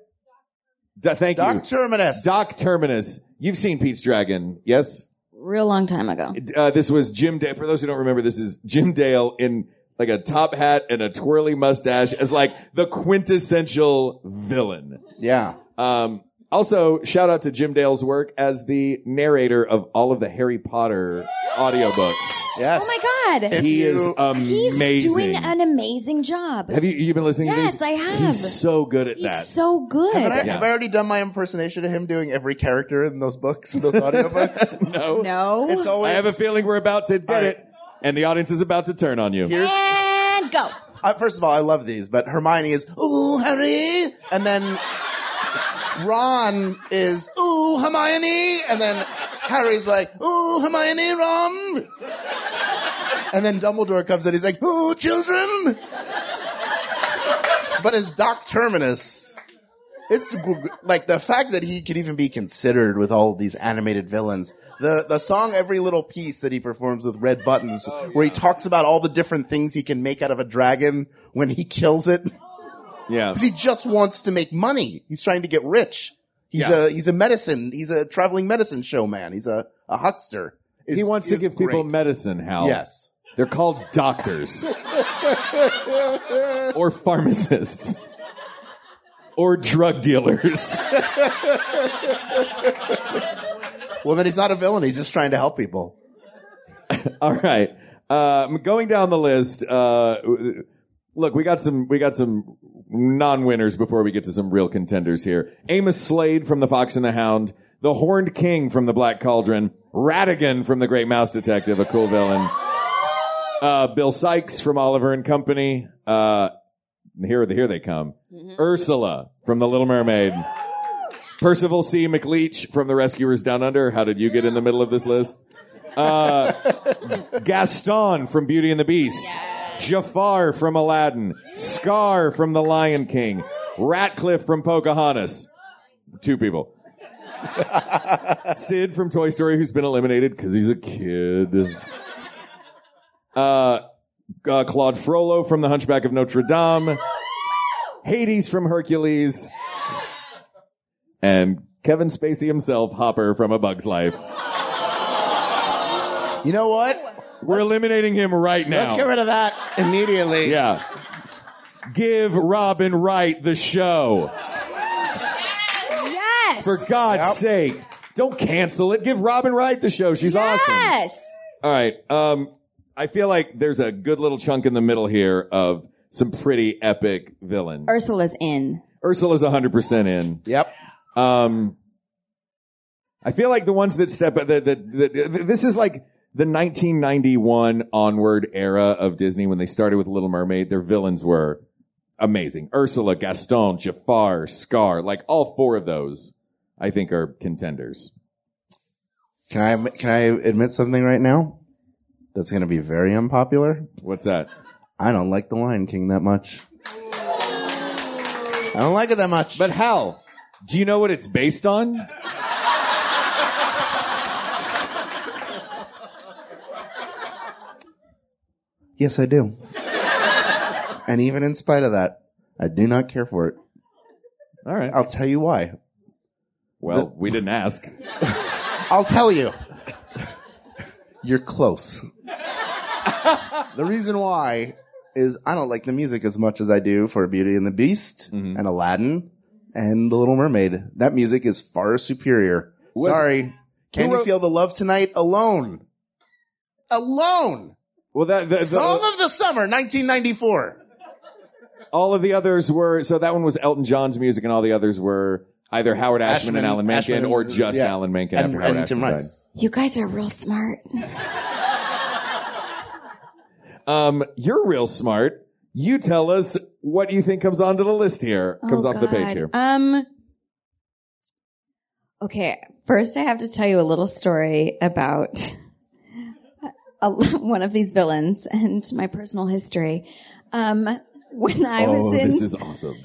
Speaker 7: D- thank you.
Speaker 8: Doc Terminus.
Speaker 7: Doc Terminus. You've seen Pete's Dragon, yes?
Speaker 9: Real long time ago.
Speaker 7: Uh, this was Jim Dale. For those who don't remember, this is Jim Dale in like a top hat and a twirly mustache as like the quintessential villain.
Speaker 8: Yeah.
Speaker 7: Um, also, shout out to Jim Dale's work as the narrator of all of the Harry Potter audiobooks.
Speaker 8: Yes.
Speaker 9: Oh my god.
Speaker 8: If
Speaker 7: He is
Speaker 8: you-
Speaker 7: amazing.
Speaker 9: He's doing an amazing job.
Speaker 7: have you you been listening to
Speaker 9: Yes,
Speaker 7: these?
Speaker 9: I have.
Speaker 7: He's so good at
Speaker 9: He's
Speaker 7: that.
Speaker 9: so good.
Speaker 8: Have I,
Speaker 7: Yeah.
Speaker 8: have I already done my impersonation of him doing every character in those books, in those audiobooks?
Speaker 7: no.
Speaker 9: no.
Speaker 8: It's
Speaker 7: I
Speaker 8: always.
Speaker 7: have a feeling we're about to get
Speaker 8: All right.
Speaker 7: it and the audience is about to turn on you.
Speaker 8: Here's,
Speaker 9: and go.
Speaker 8: uh, first of all, I love these, but Hermione is ooh Harry, and then Ron is ooh Hermione, and then Harry's like ooh Hermione Ron, and then Dumbledore comes in. He's like ooh children, but as Doc Terminus. It's gr- like the fact that he could even be considered with all these animated villains. The the song every little piece that he performs with red buttons,
Speaker 7: Oh,
Speaker 8: where he talks about all the different things he can make out of a dragon when he kills it.
Speaker 7: Yeah.
Speaker 8: 'Cause he just wants to make money. He's trying to get rich. He's
Speaker 7: Yeah.
Speaker 8: a he's a medicine. He's a traveling medicine show man. He's a a huckster.
Speaker 7: He
Speaker 8: Is-
Speaker 7: wants to
Speaker 8: is
Speaker 7: give people
Speaker 8: great.
Speaker 7: medicine, Hal.
Speaker 8: yes.
Speaker 7: They're called doctors or pharmacists or drug dealers.
Speaker 8: Well, then he's not a villain. He's just trying to help people.
Speaker 7: All right. Um, going down the list, uh, look, we got some, we got some non-winners before we get to some real contenders here. Amos Slade from The Fox and the Hound, The Horned King from The Black Cauldron, Radigan from The Great Mouse Detective, a cool villain. Uh, Bill Sykes from Oliver and Company. Uh, here, here they come. Ursula from The Little Mermaid. Percival C. McLeach from The Rescuers Down Under. How did you get in the middle of this list? Uh, Gaston from Beauty and the Beast, Jafar from Aladdin, Scar from The Lion King, Ratcliffe from Pocahontas. Two people. Sid from Toy Story, who's been eliminated because he's a kid. Uh, uh, Claude Frollo from The Hunchback of Notre Dame, Hades from Hercules, and Kevin Spacey himself, Hopper from A Bug's Life.
Speaker 8: You know what?
Speaker 7: We're eliminating him right now.
Speaker 8: Let's get rid of that immediately.
Speaker 7: Yeah. Give Robin Wright the show.
Speaker 9: Yes.
Speaker 7: For God's
Speaker 8: Yep.
Speaker 7: sake. Don't cancel it. Give Robin Wright the show. She's awesome.
Speaker 9: yes.
Speaker 7: All right. Um, I feel like there's a good little chunk in the middle here of some pretty epic villains.
Speaker 9: Ursula's in.
Speaker 7: Ursula's 100% in.
Speaker 8: Yep.
Speaker 7: Um, I feel like the ones that step that, that, that, that- this is like the 1991 onward era of Disney when they started with Little Mermaid. Their villains were amazing: Ursula, Gaston, Jafar, Scar. Like all four of those, I think are contenders.
Speaker 8: Can I can I admit something right now? That's going to be very unpopular.
Speaker 7: What's that?
Speaker 8: I don't like The Lion King that much. I don't like it that much.
Speaker 7: But Hal, do you know what it's based on?
Speaker 8: yes, I do. and even in spite of that, I do not care for it.
Speaker 7: All right.
Speaker 8: I'll tell you why.
Speaker 7: Well, we didn't ask.
Speaker 8: I'll tell you. You're close. the reason why is I don't like the music as much as I do for Beauty and the Beast
Speaker 7: Mm-hmm.
Speaker 8: and Aladdin and The Little Mermaid. That music is far superior. Sorry. Can you
Speaker 7: wrote-
Speaker 8: feel the love tonight alone? Alone.
Speaker 7: Well, that the, the-
Speaker 8: Song of the Summer, 1994.
Speaker 7: all of the others were so that one was Elton John's music, and all the others were either Howard Ashman, and
Speaker 8: Ashman-
Speaker 7: Alan Menken,
Speaker 8: Ashman-
Speaker 7: or just
Speaker 8: yeah.
Speaker 7: Alan Menken
Speaker 8: And,
Speaker 7: after Howard
Speaker 8: and
Speaker 7: Ashman
Speaker 8: Tim
Speaker 7: died.
Speaker 8: Rice.
Speaker 9: You guys are real smart.
Speaker 7: Um, you're real smart. You tell us what you think comes onto the list here. comes
Speaker 9: Oh,
Speaker 7: off the page
Speaker 9: God.
Speaker 7: here.
Speaker 9: Um. Okay, first I have to tell you a little story about a, one of these villains and my personal history. Um, when I
Speaker 7: oh,
Speaker 9: was in
Speaker 7: this is awesome.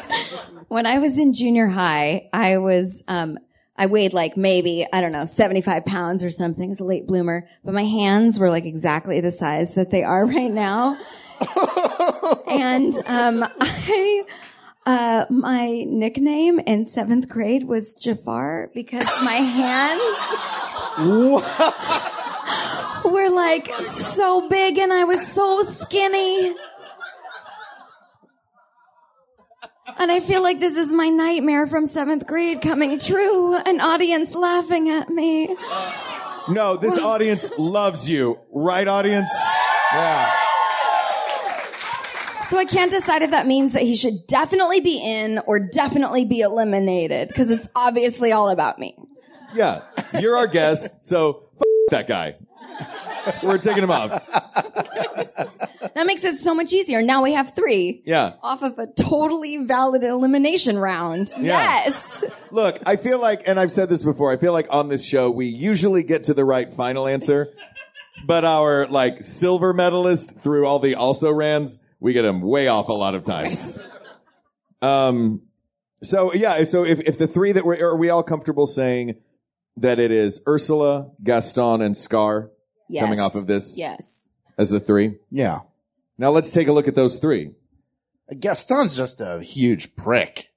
Speaker 9: when I was in junior high, I was, um, I weighed like maybe, I don't know, 75 pounds or something as a late bloomer, but my hands were like exactly the size that they are right now. and, um, I, uh, my nickname in seventh grade was Jafar because my hands were like so big and I was so skinny. And I feel like this is my nightmare from seventh grade coming true. An audience laughing at me.
Speaker 7: No, this audience loves you, right, audience? Yeah.
Speaker 9: So I can't decide if that means that he should definitely be in or definitely be eliminated because it's obviously all about me.
Speaker 7: Yeah. You're our guest, so f- that guy. We're taking him off.
Speaker 9: That makes it so much easier. Now we have three
Speaker 7: Yeah.
Speaker 9: off of a totally valid elimination round. Yes.
Speaker 7: Look, I feel like, and I've said this before, I feel like on this show, we usually get to the right final answer, but our like silver medalist through all the also rans, we get him way off a lot of times. Um, so yeah, so if, if the three that we're, are we all comfortable saying that it is Ursula, Gaston, and Scar
Speaker 9: Yes.
Speaker 7: coming off of this
Speaker 9: Yes.
Speaker 7: as the three?
Speaker 8: Yeah.
Speaker 7: Now let's take a look at those three.
Speaker 8: Gaston's just a huge prick.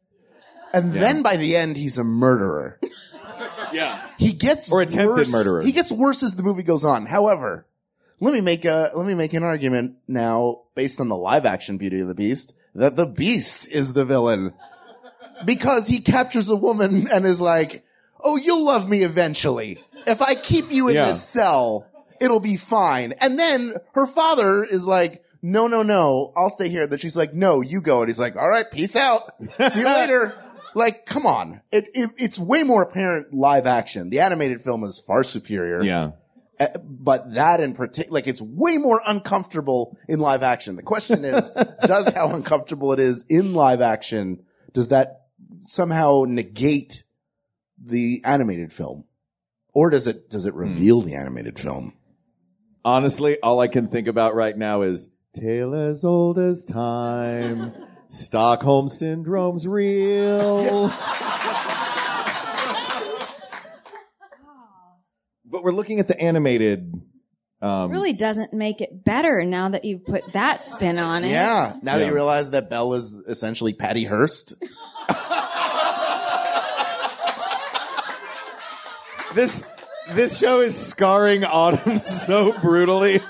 Speaker 8: And then by the end, he's a murderer.
Speaker 7: Yeah.
Speaker 8: He gets
Speaker 7: Or attempted
Speaker 8: worse.
Speaker 7: murderer.
Speaker 8: He gets worse as the movie goes on. However, let me make a let me make an argument now based on the live action Beauty of the Beast that the Beast is the villain because he captures a woman and is like, "Oh, you'll love me eventually. If I keep you in
Speaker 7: Yeah.
Speaker 8: this cell, it'll be fine." And then her father is like. No, no, no. I'll stay here. Then she's like, no, you go. And he's like, all right, peace out. See you later. Like, come on. It, it, it's way more apparent live action. The animated film is far superior.
Speaker 7: Yeah.
Speaker 8: Uh, but that in particular, like, it's way more uncomfortable in live action. The question is, does how uncomfortable it is in live action, does that somehow negate the animated film? Or does it, does it reveal the animated film?
Speaker 7: Honestly, all I can think about right now is tale as old as time. Stockholm syndrome's real. but we're looking at the animated. Um,
Speaker 9: Really doesn't make it better now that you've put that spin on it.
Speaker 8: Yeah. Now that
Speaker 7: Yeah.
Speaker 8: you realize that Belle is essentially Patty Hearst.
Speaker 7: This this show is scarring Autumn so brutally.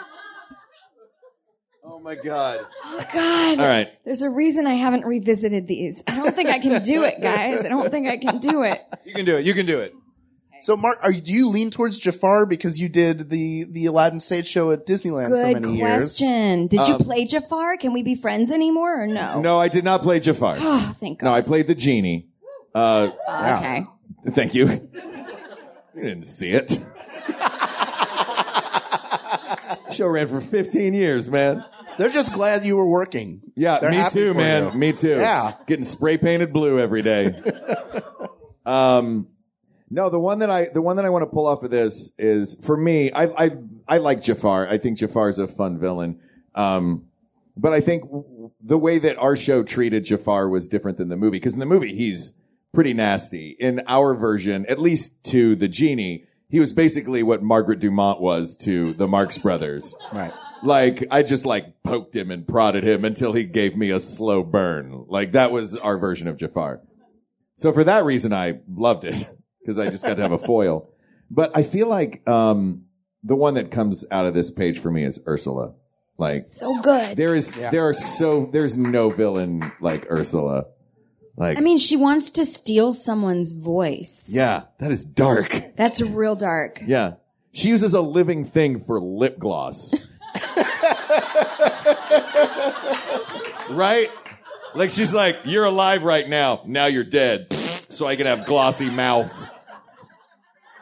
Speaker 7: Oh my god!
Speaker 9: Oh, God.
Speaker 7: All right,
Speaker 9: There's a reason I haven't revisited these. I don't think I can do it, guys. I don't think I can do it.
Speaker 7: you can do it. You can do it.
Speaker 8: So, Mark, are you, do you lean towards Jafar because you did the the Aladdin stage show at Disneyland for
Speaker 9: Good
Speaker 8: many years?
Speaker 9: question. Did you play Jafar? Can we be friends anymore or no?
Speaker 7: Um, No, I did not play Jafar.
Speaker 9: Oh, thank
Speaker 7: No,
Speaker 9: God.
Speaker 7: I played the genie. Uh,
Speaker 9: Okay.
Speaker 7: Thank you. You didn't see it. Show ran for 15 years, man.
Speaker 8: They're just glad you were working.
Speaker 7: Yeah,
Speaker 8: They're
Speaker 7: me
Speaker 8: happy
Speaker 7: too,
Speaker 8: for
Speaker 7: man.
Speaker 8: you.
Speaker 7: Me too.
Speaker 8: Yeah.
Speaker 7: getting spray painted blue every day. um, no, the one that I the one that I want to pull off of this is for me. I I I like Jafar. I think Jafar is a fun villain. Um, but I think w- the way that our show treated Jafar was different than the movie because in the movie he's pretty nasty. In our version, at least to the genie, he was basically what Margaret Dumont was to the Marx Brothers.
Speaker 8: Right.
Speaker 7: Like I just like poked him and prodded him until he gave me a slow burn. Like that was our version of Jafar. So for that reason, I loved it because I just got to have a foil. But I feel like um, the one that comes out of this page for me is Ursula. Like
Speaker 10: So good.
Speaker 7: there is, there are so there's no villain like Ursula. Like
Speaker 9: I mean, she wants to steal someone's voice.
Speaker 7: yeah, that is dark.
Speaker 9: That's real dark.
Speaker 7: Yeah, she uses a living thing for lip gloss. right? Like she's like, you're alive right now. Now you're dead. So I can have glossy mouth.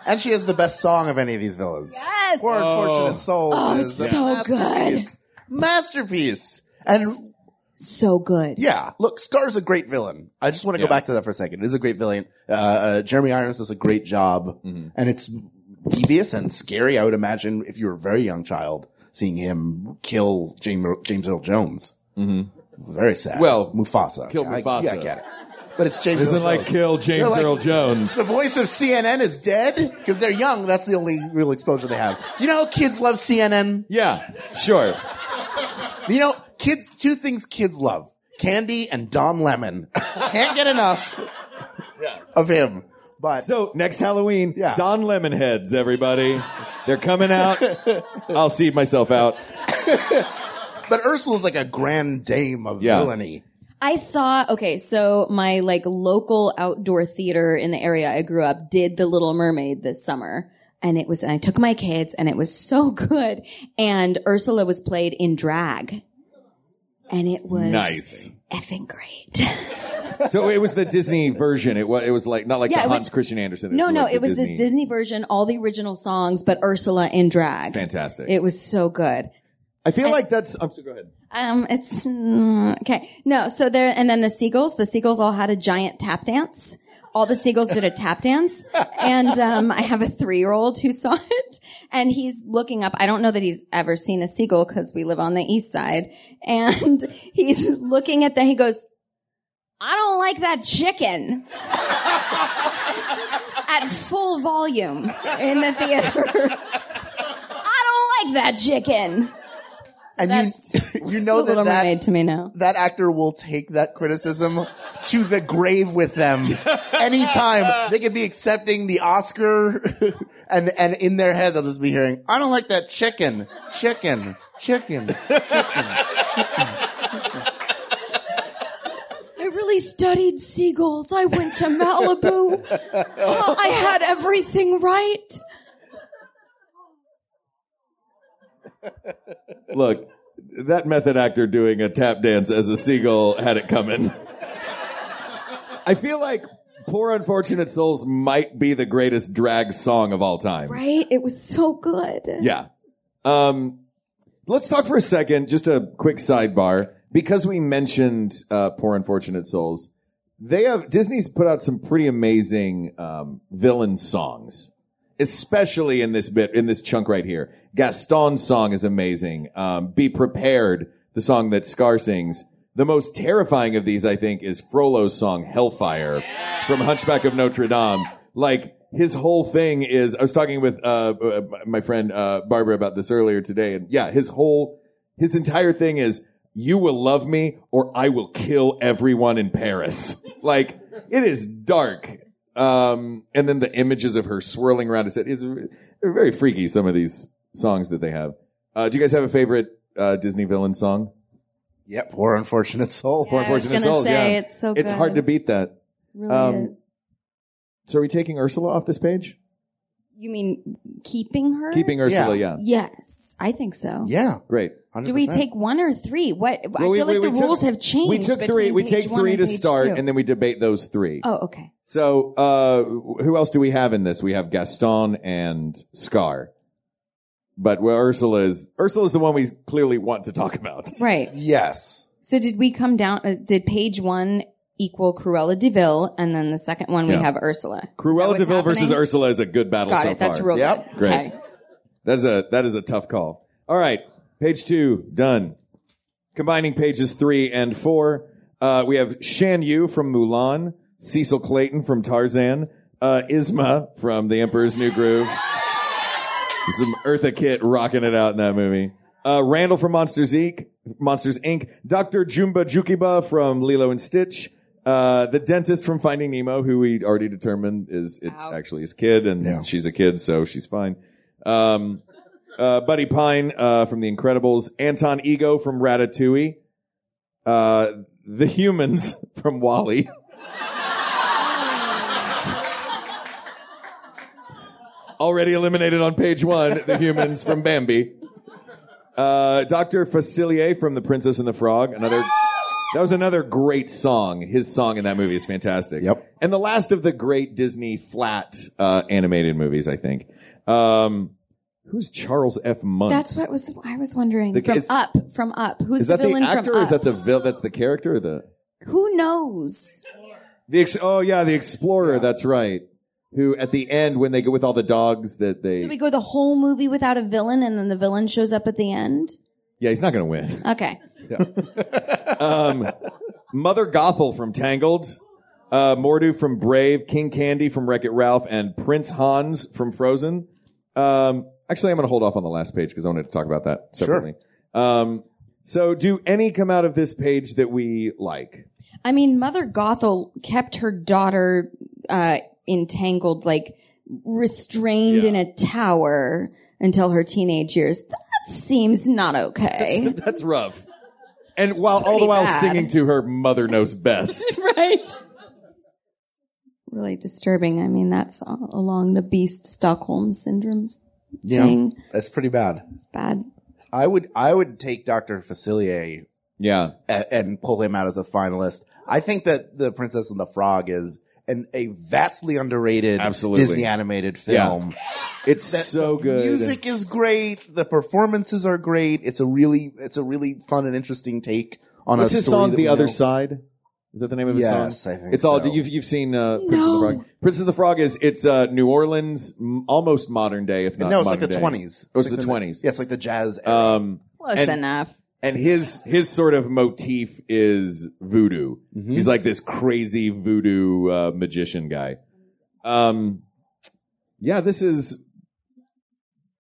Speaker 8: And she has the best song of any of these villains.
Speaker 10: Yes.
Speaker 8: Poor Unfortunate Souls
Speaker 9: Oh,
Speaker 8: is
Speaker 9: it's
Speaker 8: a
Speaker 9: so
Speaker 8: masterpiece. Masterpiece. And
Speaker 9: So good.
Speaker 8: yeah, look, Scar's a great villain. I just want to
Speaker 7: Yeah.
Speaker 8: go back to that for a second. It is a great villain. Uh, uh, Jeremy Irons does a great job,
Speaker 7: Mm-hmm.
Speaker 8: and it's devious and scary. I would imagine if you were a very young child seeing him kill James Earl, James Earl Jones. Mm-hmm. Very sad.
Speaker 7: Well,
Speaker 8: Mufasa.
Speaker 7: kill
Speaker 8: Yeah, I-
Speaker 7: Mufasa.
Speaker 8: yeah, I get it. But it's James.
Speaker 7: Isn't
Speaker 8: Earl
Speaker 7: like
Speaker 8: Jones.
Speaker 7: kill James
Speaker 8: They're like-
Speaker 7: Earl Jones.
Speaker 8: The voice of CNN is dead because they're young. That's the only real exposure they have. You know, how kids love CNN.
Speaker 7: Yeah, sure.
Speaker 8: You know, kids, two things kids love candy and Don Lemon. Can't get enough of him. But
Speaker 7: So next Halloween,
Speaker 8: Yeah.
Speaker 7: Don Lemonheads, everybody. They're coming out. I'll seed myself out.
Speaker 8: but Ursula's like a grand dame of
Speaker 7: Yeah.
Speaker 8: villainy.
Speaker 9: I saw, okay, so my like local outdoor theater in the area I grew up did The Little Mermaid this summer. And it was, and I took my kids and it was so good. And Ursula was played in drag. And it was
Speaker 7: Nice.
Speaker 9: effing great.
Speaker 7: So it was the Disney version. It was it was like not like
Speaker 9: Yeah,
Speaker 7: the
Speaker 9: it was-
Speaker 7: Hans Christian Andersen.
Speaker 9: no, no,
Speaker 7: like the
Speaker 9: it was this Disney version, all the original songs, but Ursula in drag.
Speaker 7: Fantastic.
Speaker 9: It was so good.
Speaker 7: I feel like that's. I'm, so- go ahead.
Speaker 9: Um, it's mm, okay. No, so there, and then the seagulls. The seagulls all had a giant tap dance. All the seagulls did a tap dance, and um, I have a three-year-old who saw it, and he's looking up. I don't know that he's ever seen a seagull because we live on the east side, and he's looking at them. He goes, "I don't like that chicken." at full volume in the theater. I don't like that chicken.
Speaker 8: And
Speaker 9: That's
Speaker 8: you, you know that
Speaker 9: Little
Speaker 8: that,
Speaker 9: Mermaid to me now.
Speaker 8: that actor will take that criticism to the grave with them anytime. They could be accepting the Oscar and, and in their head they'll just be hearing, I don't like that chicken, chicken, chicken.
Speaker 9: I really studied seagulls. I went to Malibu. Uh, I had everything right.
Speaker 7: Look, that method actor doing a tap dance as a seagull had it coming. I feel like Poor Unfortunate Souls might be the greatest drag song of all time.
Speaker 9: Right? It was so good.
Speaker 7: Yeah. Um, let's talk for a second, just a quick sidebar. Because we mentioned uh, Poor Unfortunate Souls, they have Disney's put out some pretty amazing um, villain songs, especially in this bit, in this chunk right here. Gaston's song is amazing. Um, Be prepared, the song that Scar sings. The most terrifying of these, I think, is Frollo's song "Hellfire" from Hunchback of Notre Dame. Like his whole thing is, I was talking with uh, uh, my friend uh, Barbara about this earlier today, and yeah, his whole his entire thing is you will love me or I will kill everyone in Paris. like it is dark. Um, and then the images of her swirling around his head is they're very freaky. Some of these songs that they have. Uh, do you guys have a favorite uh, Disney villain song?
Speaker 8: Yeah, poor unfortunate soul.
Speaker 9: I was
Speaker 7: Unfortunate
Speaker 9: gonna
Speaker 7: Souls,
Speaker 9: say
Speaker 7: yeah.
Speaker 9: it's so good.
Speaker 7: It's hard to beat that.
Speaker 9: Really
Speaker 7: um,
Speaker 9: is.
Speaker 7: So are we taking Ursula off this page?
Speaker 9: You mean keeping her?
Speaker 7: Keeping Ursula, yeah.
Speaker 9: Yes, I think so.
Speaker 8: Yeah.
Speaker 7: Great.
Speaker 8: 100%.
Speaker 9: Do we take one or three? What? I
Speaker 7: Well, we-
Speaker 9: feel
Speaker 7: we-
Speaker 9: like the
Speaker 7: we took-
Speaker 9: rules have changed.
Speaker 7: We took three.
Speaker 9: between
Speaker 7: We
Speaker 9: page
Speaker 7: take
Speaker 9: one
Speaker 7: three
Speaker 9: and
Speaker 7: to
Speaker 9: page
Speaker 7: start,
Speaker 9: two.
Speaker 7: and then we debate those three.
Speaker 9: oh, okay.
Speaker 7: So, uh, who else do we have in this? We have Gaston and Scar. But well, Ursula is Ursula is the one we clearly want to talk about.
Speaker 9: Right.
Speaker 8: Yes.
Speaker 9: So did we come down? Uh, did page one equal Cruella Deville, and then the second one
Speaker 7: Yeah.
Speaker 9: we have Ursula?
Speaker 7: Cruella
Speaker 9: what's
Speaker 7: Deville versus
Speaker 9: happening?
Speaker 7: Ursula is a good battle
Speaker 9: Got
Speaker 7: so
Speaker 9: it. That's
Speaker 7: far.
Speaker 9: real
Speaker 8: Yep.
Speaker 9: good.
Speaker 7: Great.
Speaker 9: Okay.
Speaker 7: That is a that is a tough call. All right, page two done. Combining pages three and four, uh, we have Shan Yu from Mulan, Cecil Clayton from Tarzan, uh, Isma from The Emperor's New Groove. Some Eartha Kitt rocking it out in that movie. Uh, Randall from Monsters Inc. Monsters Inc. Doctor Jumba Jukiba from Lilo and Stitch. Uh, Uh, the dentist from Finding Nemo, who we already determined is it's
Speaker 9: Ow.
Speaker 7: actually his kid, and she's a kid, so she's fine. Um, uh, Buddy Pine uh, from The Incredibles, Anton Ego from Ratatouille, uh, the humans from Wally. Already eliminated on page one, the humans from Bambi. Uh, Dr. Facilier from The Princess and the Frog, another. That was another great song. His song in that movie is fantastic.
Speaker 8: Yep.
Speaker 7: And the last of the great Disney flat uh, animated movies, I think. Um, who's Charles F. Muntz?
Speaker 9: That's what was I was wondering.
Speaker 7: The-
Speaker 9: from
Speaker 7: is-
Speaker 9: Up, from Up. Who's
Speaker 7: is that
Speaker 9: the
Speaker 7: the
Speaker 9: villain
Speaker 7: actor
Speaker 9: from
Speaker 7: or
Speaker 9: Up?
Speaker 7: is that the vil- that's the character or the
Speaker 9: Who knows?
Speaker 7: The ex- oh yeah, the explorer. That's right. Who at the end when they go with all the dogs that they
Speaker 9: So we go the whole movie without a villain, and then the villain shows up at the end.
Speaker 7: yeah he's not gonna win.
Speaker 9: Okay.
Speaker 7: Um, Mother Gothel from Tangled, uh, Mordu from Brave, King Candy from Wreck It Ralph, and Prince Hans from Frozen. Um, actually, I'm gonna hold off on the last page because I wanted to talk about that separately. Um, so do any come out of this page that we like?
Speaker 9: I mean, Mother Gothel kept her daughter uh, entangled, like restrained in a tower until her teenage years. That seems not okay,
Speaker 7: That's rough. And while all the
Speaker 9: pretty
Speaker 7: while
Speaker 9: bad.
Speaker 7: singing to her mother knows best.
Speaker 9: right? Really disturbing. I mean, that's a- along the Beast Stockholm syndrome's
Speaker 8: Yeah.
Speaker 9: thing.
Speaker 8: That's pretty bad.
Speaker 9: It's bad.
Speaker 8: I would I would take Dr. Facilier
Speaker 7: yeah.
Speaker 8: and, and pull him out as a finalist. I think that The Princess and the Frog is an a vastly underrated
Speaker 7: Absolutely.
Speaker 8: Disney animated
Speaker 7: Yeah.
Speaker 8: film.
Speaker 7: It's
Speaker 8: That-
Speaker 7: so
Speaker 8: the
Speaker 7: good.
Speaker 8: Music is great, the performances are great. It's a really it's a really fun and interesting take on
Speaker 7: What's
Speaker 8: a
Speaker 7: his
Speaker 8: story
Speaker 7: song?
Speaker 8: that
Speaker 7: The
Speaker 8: we
Speaker 7: Other
Speaker 8: know.
Speaker 7: Side. Is that the name of his
Speaker 8: Yes,
Speaker 7: song?
Speaker 8: I think
Speaker 7: it's all.
Speaker 8: so.
Speaker 7: You've you've seen uh, Princess of the Frog. Princess of the Frog is it's uh, New Orleans, m- almost modern day. If not
Speaker 8: No, it's like
Speaker 7: modern
Speaker 8: the
Speaker 7: day.
Speaker 8: 20s.
Speaker 7: Oh, it's
Speaker 8: like
Speaker 7: the 20s.
Speaker 8: Yeah, it's like the jazz era.
Speaker 7: Um,
Speaker 9: Close
Speaker 7: And-
Speaker 9: enough.
Speaker 7: and his his sort of motif is voodoo.
Speaker 9: Mm-hmm.
Speaker 7: He's like this crazy voodoo uh, magician guy. Um, yeah, this is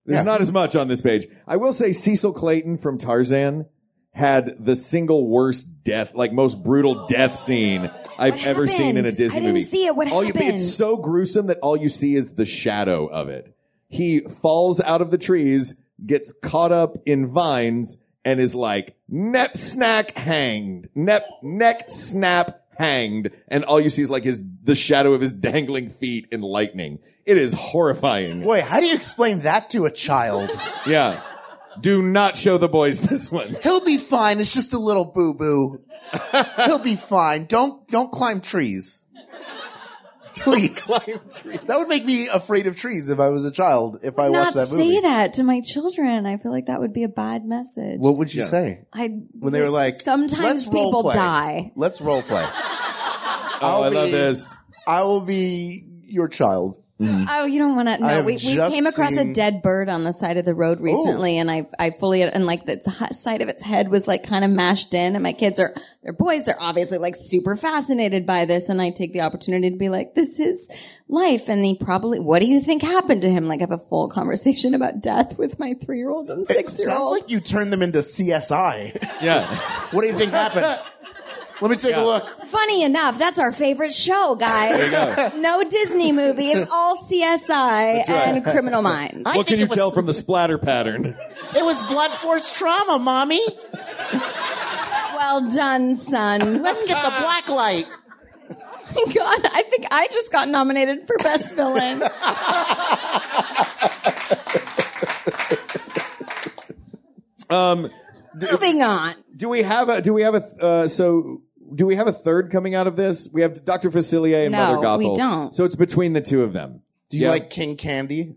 Speaker 7: there's
Speaker 8: Yeah.
Speaker 7: not as much on this page. I will say Cecil Clayton from Tarzan had the single worst death, like most brutal death scene I've
Speaker 9: What
Speaker 7: ever seen in a
Speaker 9: happened?
Speaker 7: Disney
Speaker 9: I didn't
Speaker 7: movie.
Speaker 9: see it. What
Speaker 7: all you,
Speaker 9: happened?
Speaker 7: It's so gruesome that all you see is the shadow of it. He falls out of the trees, gets caught up in vines, and is like nep snack hanged, nep neck snap hanged, and all you see is like his the shadow of his dangling feet in lightning. It is horrifying.
Speaker 8: Boy, how do you explain that to a child?
Speaker 7: Yeah. Do not show the boys this one.
Speaker 8: He'll be fine. It's just a little boo boo. He'll be fine. Don't don't climb trees. Please. That would make me afraid of trees if I was a child. If I
Speaker 9: Not
Speaker 8: watched that movie,
Speaker 9: say that to my children. I feel like that would be a bad message.
Speaker 8: what would you say
Speaker 9: I
Speaker 8: when they were like,
Speaker 9: sometimes
Speaker 8: "Let's role
Speaker 9: people
Speaker 8: play.
Speaker 9: die.
Speaker 8: Let's role play.
Speaker 7: Oh, I love
Speaker 8: be-
Speaker 7: this.
Speaker 8: I will be your child.
Speaker 9: Oh, you don't want to.
Speaker 8: I
Speaker 9: No,
Speaker 8: have
Speaker 9: we, we
Speaker 8: just
Speaker 9: came across
Speaker 8: seen- Oh.
Speaker 9: a dead bird on the side of the road recently, and I I fully and like the t- side of its head was like kind of mashed in, and my kids are they're boys, they're obviously like super fascinated by this, and I take the opportunity to be like, this is life, and he probably what do you think happened to him? Like have a full conversation about death with my three year old and six year
Speaker 8: Sounds
Speaker 9: old.
Speaker 8: like you turned them into CSI.
Speaker 7: Yeah.
Speaker 8: what do you think happened? Let me take a look.
Speaker 9: Funny enough, that's our favorite show, guys. no Disney movie. It's all CSI and Criminal Minds.
Speaker 7: what can you tell from the splatter pattern?
Speaker 8: It was blood force trauma, mommy.
Speaker 9: well done, son.
Speaker 8: Let's get the black light.
Speaker 9: Oh my God, I think I just got nominated for Best Villain.
Speaker 7: Um,
Speaker 9: Moving on.
Speaker 7: do we have a? Do we have a? Uh, so do we have a third coming out of this? We have Dr. Facilier and
Speaker 9: No,
Speaker 7: Mother Gothel.
Speaker 9: we don't.
Speaker 7: So it's between the two of them.
Speaker 8: Do you
Speaker 7: Yeah.
Speaker 8: like King Candy?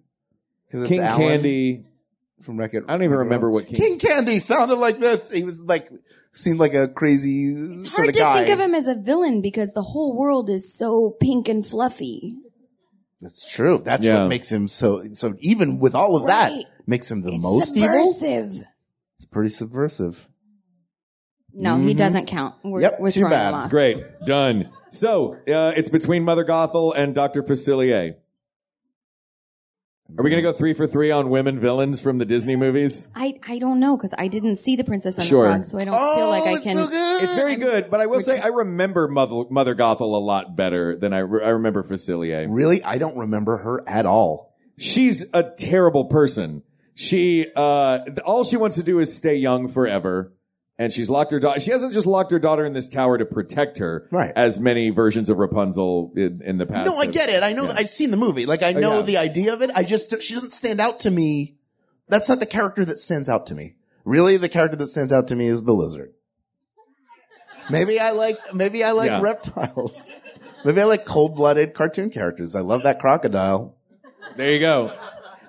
Speaker 8: Because
Speaker 7: King Candy.
Speaker 8: from Wreck
Speaker 7: I don't even remember what King.
Speaker 8: King Candy sounded like that. He was like seemed like a crazy sort
Speaker 9: Hard
Speaker 8: of
Speaker 9: to
Speaker 8: guy.
Speaker 9: think of him as a villain because the whole world is so pink and fluffy.
Speaker 8: That's true. That's
Speaker 7: Yeah.
Speaker 8: what makes him so. So even with all of that,
Speaker 9: Right.
Speaker 8: makes him the most evil.
Speaker 9: Subversive.
Speaker 8: It's pretty subversive.
Speaker 9: No,
Speaker 7: Mm-hmm.
Speaker 9: he doesn't count. We're,
Speaker 8: Yep,
Speaker 9: we're
Speaker 8: too
Speaker 9: throwing
Speaker 8: bad.
Speaker 9: him off.
Speaker 7: Great. Done. So uh, it's between Mother Gothel and Dr. Facilier. Are we going to go three for three on women villains from the Disney movies?
Speaker 9: I, I don't know because I didn't see the Princess and
Speaker 7: Sure. Oh,
Speaker 9: the Frog, so I don't feel like
Speaker 8: Oh,
Speaker 9: I can.
Speaker 7: It's very good, but I will say I remember Mother, Mother Gothel a lot better than I, re- I remember Facilier.
Speaker 8: Really? I don't remember her at all.
Speaker 7: She's a terrible person. She, uh, th- all she wants to do is stay young forever. And she's locked her daughter. She hasn't just locked her daughter in this tower to protect her,
Speaker 8: Right.
Speaker 7: as many versions of Rapunzel in, in the past.
Speaker 1: No, I get it. I know that I've seen the movie. Like I know
Speaker 7: Oh, yeah.
Speaker 1: the idea of it. I just she doesn't stand out to me. That's not the character that stands out to me.
Speaker 8: Really, the character that stands out to me is the lizard. Maybe I like, maybe I like
Speaker 7: Yeah.
Speaker 8: reptiles. Maybe I like cold-blooded cartoon characters. I love that crocodile.
Speaker 7: There you go.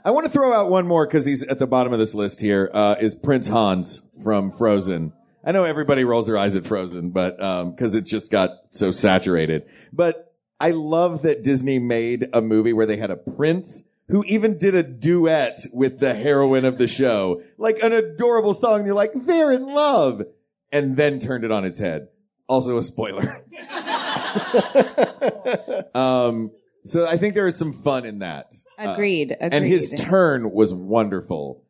Speaker 7: I want to throw out one more because he's at the bottom of this list here. Uh, is Prince Hans from Frozen? I know everybody rolls their eyes at Frozen, but because it just got so saturated. But I love that Disney made a movie where they had a prince who even did a duet with the heroine of the show, like an adorable song. And you're like, they're in love, and then turned it on its head. Also a spoiler. um, so I think there is some fun in that. Uh,
Speaker 9: Agreed. Agreed.
Speaker 7: and his turn was wonderful.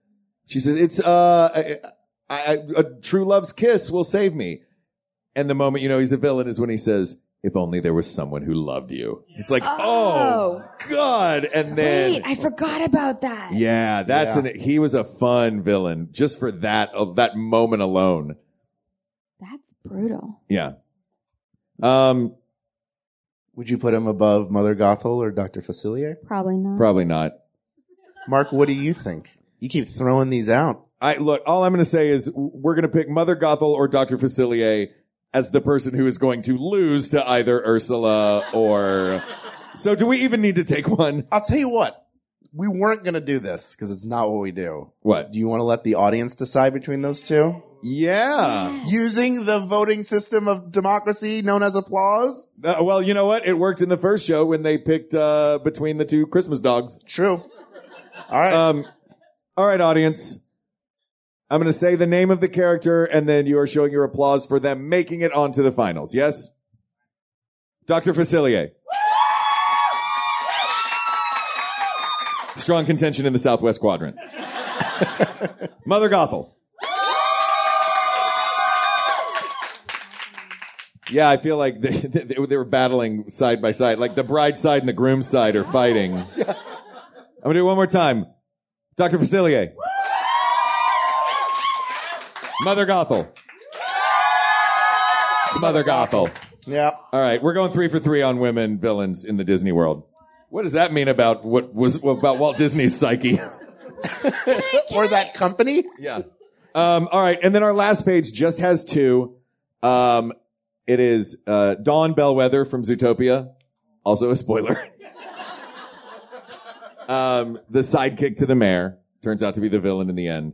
Speaker 7: She says, "It's uh, I, I, a true love's kiss will save me." And the moment you know he's a villain is when he says, "If only there was someone who loved you." It's like, oh,
Speaker 9: Oh.
Speaker 7: god! And then,
Speaker 9: Wait, I forgot about that.
Speaker 7: yeah, that's an. He was a fun villain just for that uh, that moment alone.
Speaker 9: That's brutal.
Speaker 7: Yeah. Um,
Speaker 8: Would you put him above Mother Gothel or Dr. Facilier?
Speaker 9: Probably not.
Speaker 7: probably not.
Speaker 8: Mark, what do you think? You keep throwing these out.
Speaker 7: I look. All I'm going to say is we're going to pick Mother Gothel or Doctor Facilier as the person who is going to lose to either Ursula or. So do we even need to take one?
Speaker 8: I'll tell you what. We weren't going to do this because it's not what we do.
Speaker 7: What?
Speaker 8: Do you want to let the audience decide between those two?
Speaker 7: Yeah.
Speaker 8: Using the voting system of democracy known as applause?
Speaker 7: Uh, well, you know what? It worked in the first show when they picked uh, between the two Christmas dogs.
Speaker 8: True. All right.
Speaker 7: Um. All right, audience. I'm going to say the name of the character, and then you are showing your applause for them making it onto the finals. Yes. Doctor Facilier. Strong contention in the Southwest Quadrant. Mother Gothel. Yeah, I feel like they, they, they were battling side by side. Like the bride's side and the groom's side are fighting. I'm going to do it one more time. Dr. Facilier. Mother Gothel. It's Mother Gothel.
Speaker 8: yeah.
Speaker 7: All right, we're going three for three on women villains in the Disney world. What does that mean about what was about Walt Disney's psyche?
Speaker 8: Or that company?
Speaker 7: yeah. Um, all right, and then our last page just has two. Um, it is uh, Dawn Bellwether from Zootopia, also a spoiler. um, the sidekick to the mayor turns out to be the villain in the end.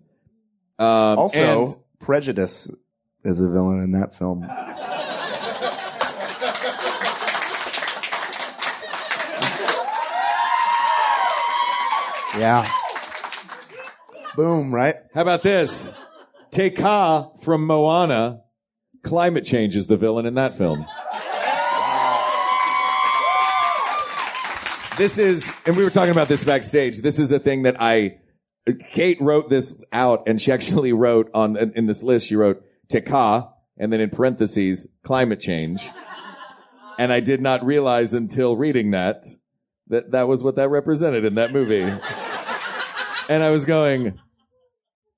Speaker 7: Um,
Speaker 8: Also,
Speaker 7: and-
Speaker 8: Prejudice is a villain in that film. yeah. Boom, right?
Speaker 7: How about this? Teka from Moana. Climate change is the villain in that film. This is, and we were talking about this backstage. This is a thing that I, Kate wrote this out and she actually wrote on, in this list, she wrote Teka and then in parentheses, climate change. And I did not realize until reading that, that that was what that represented in that movie. and I was going,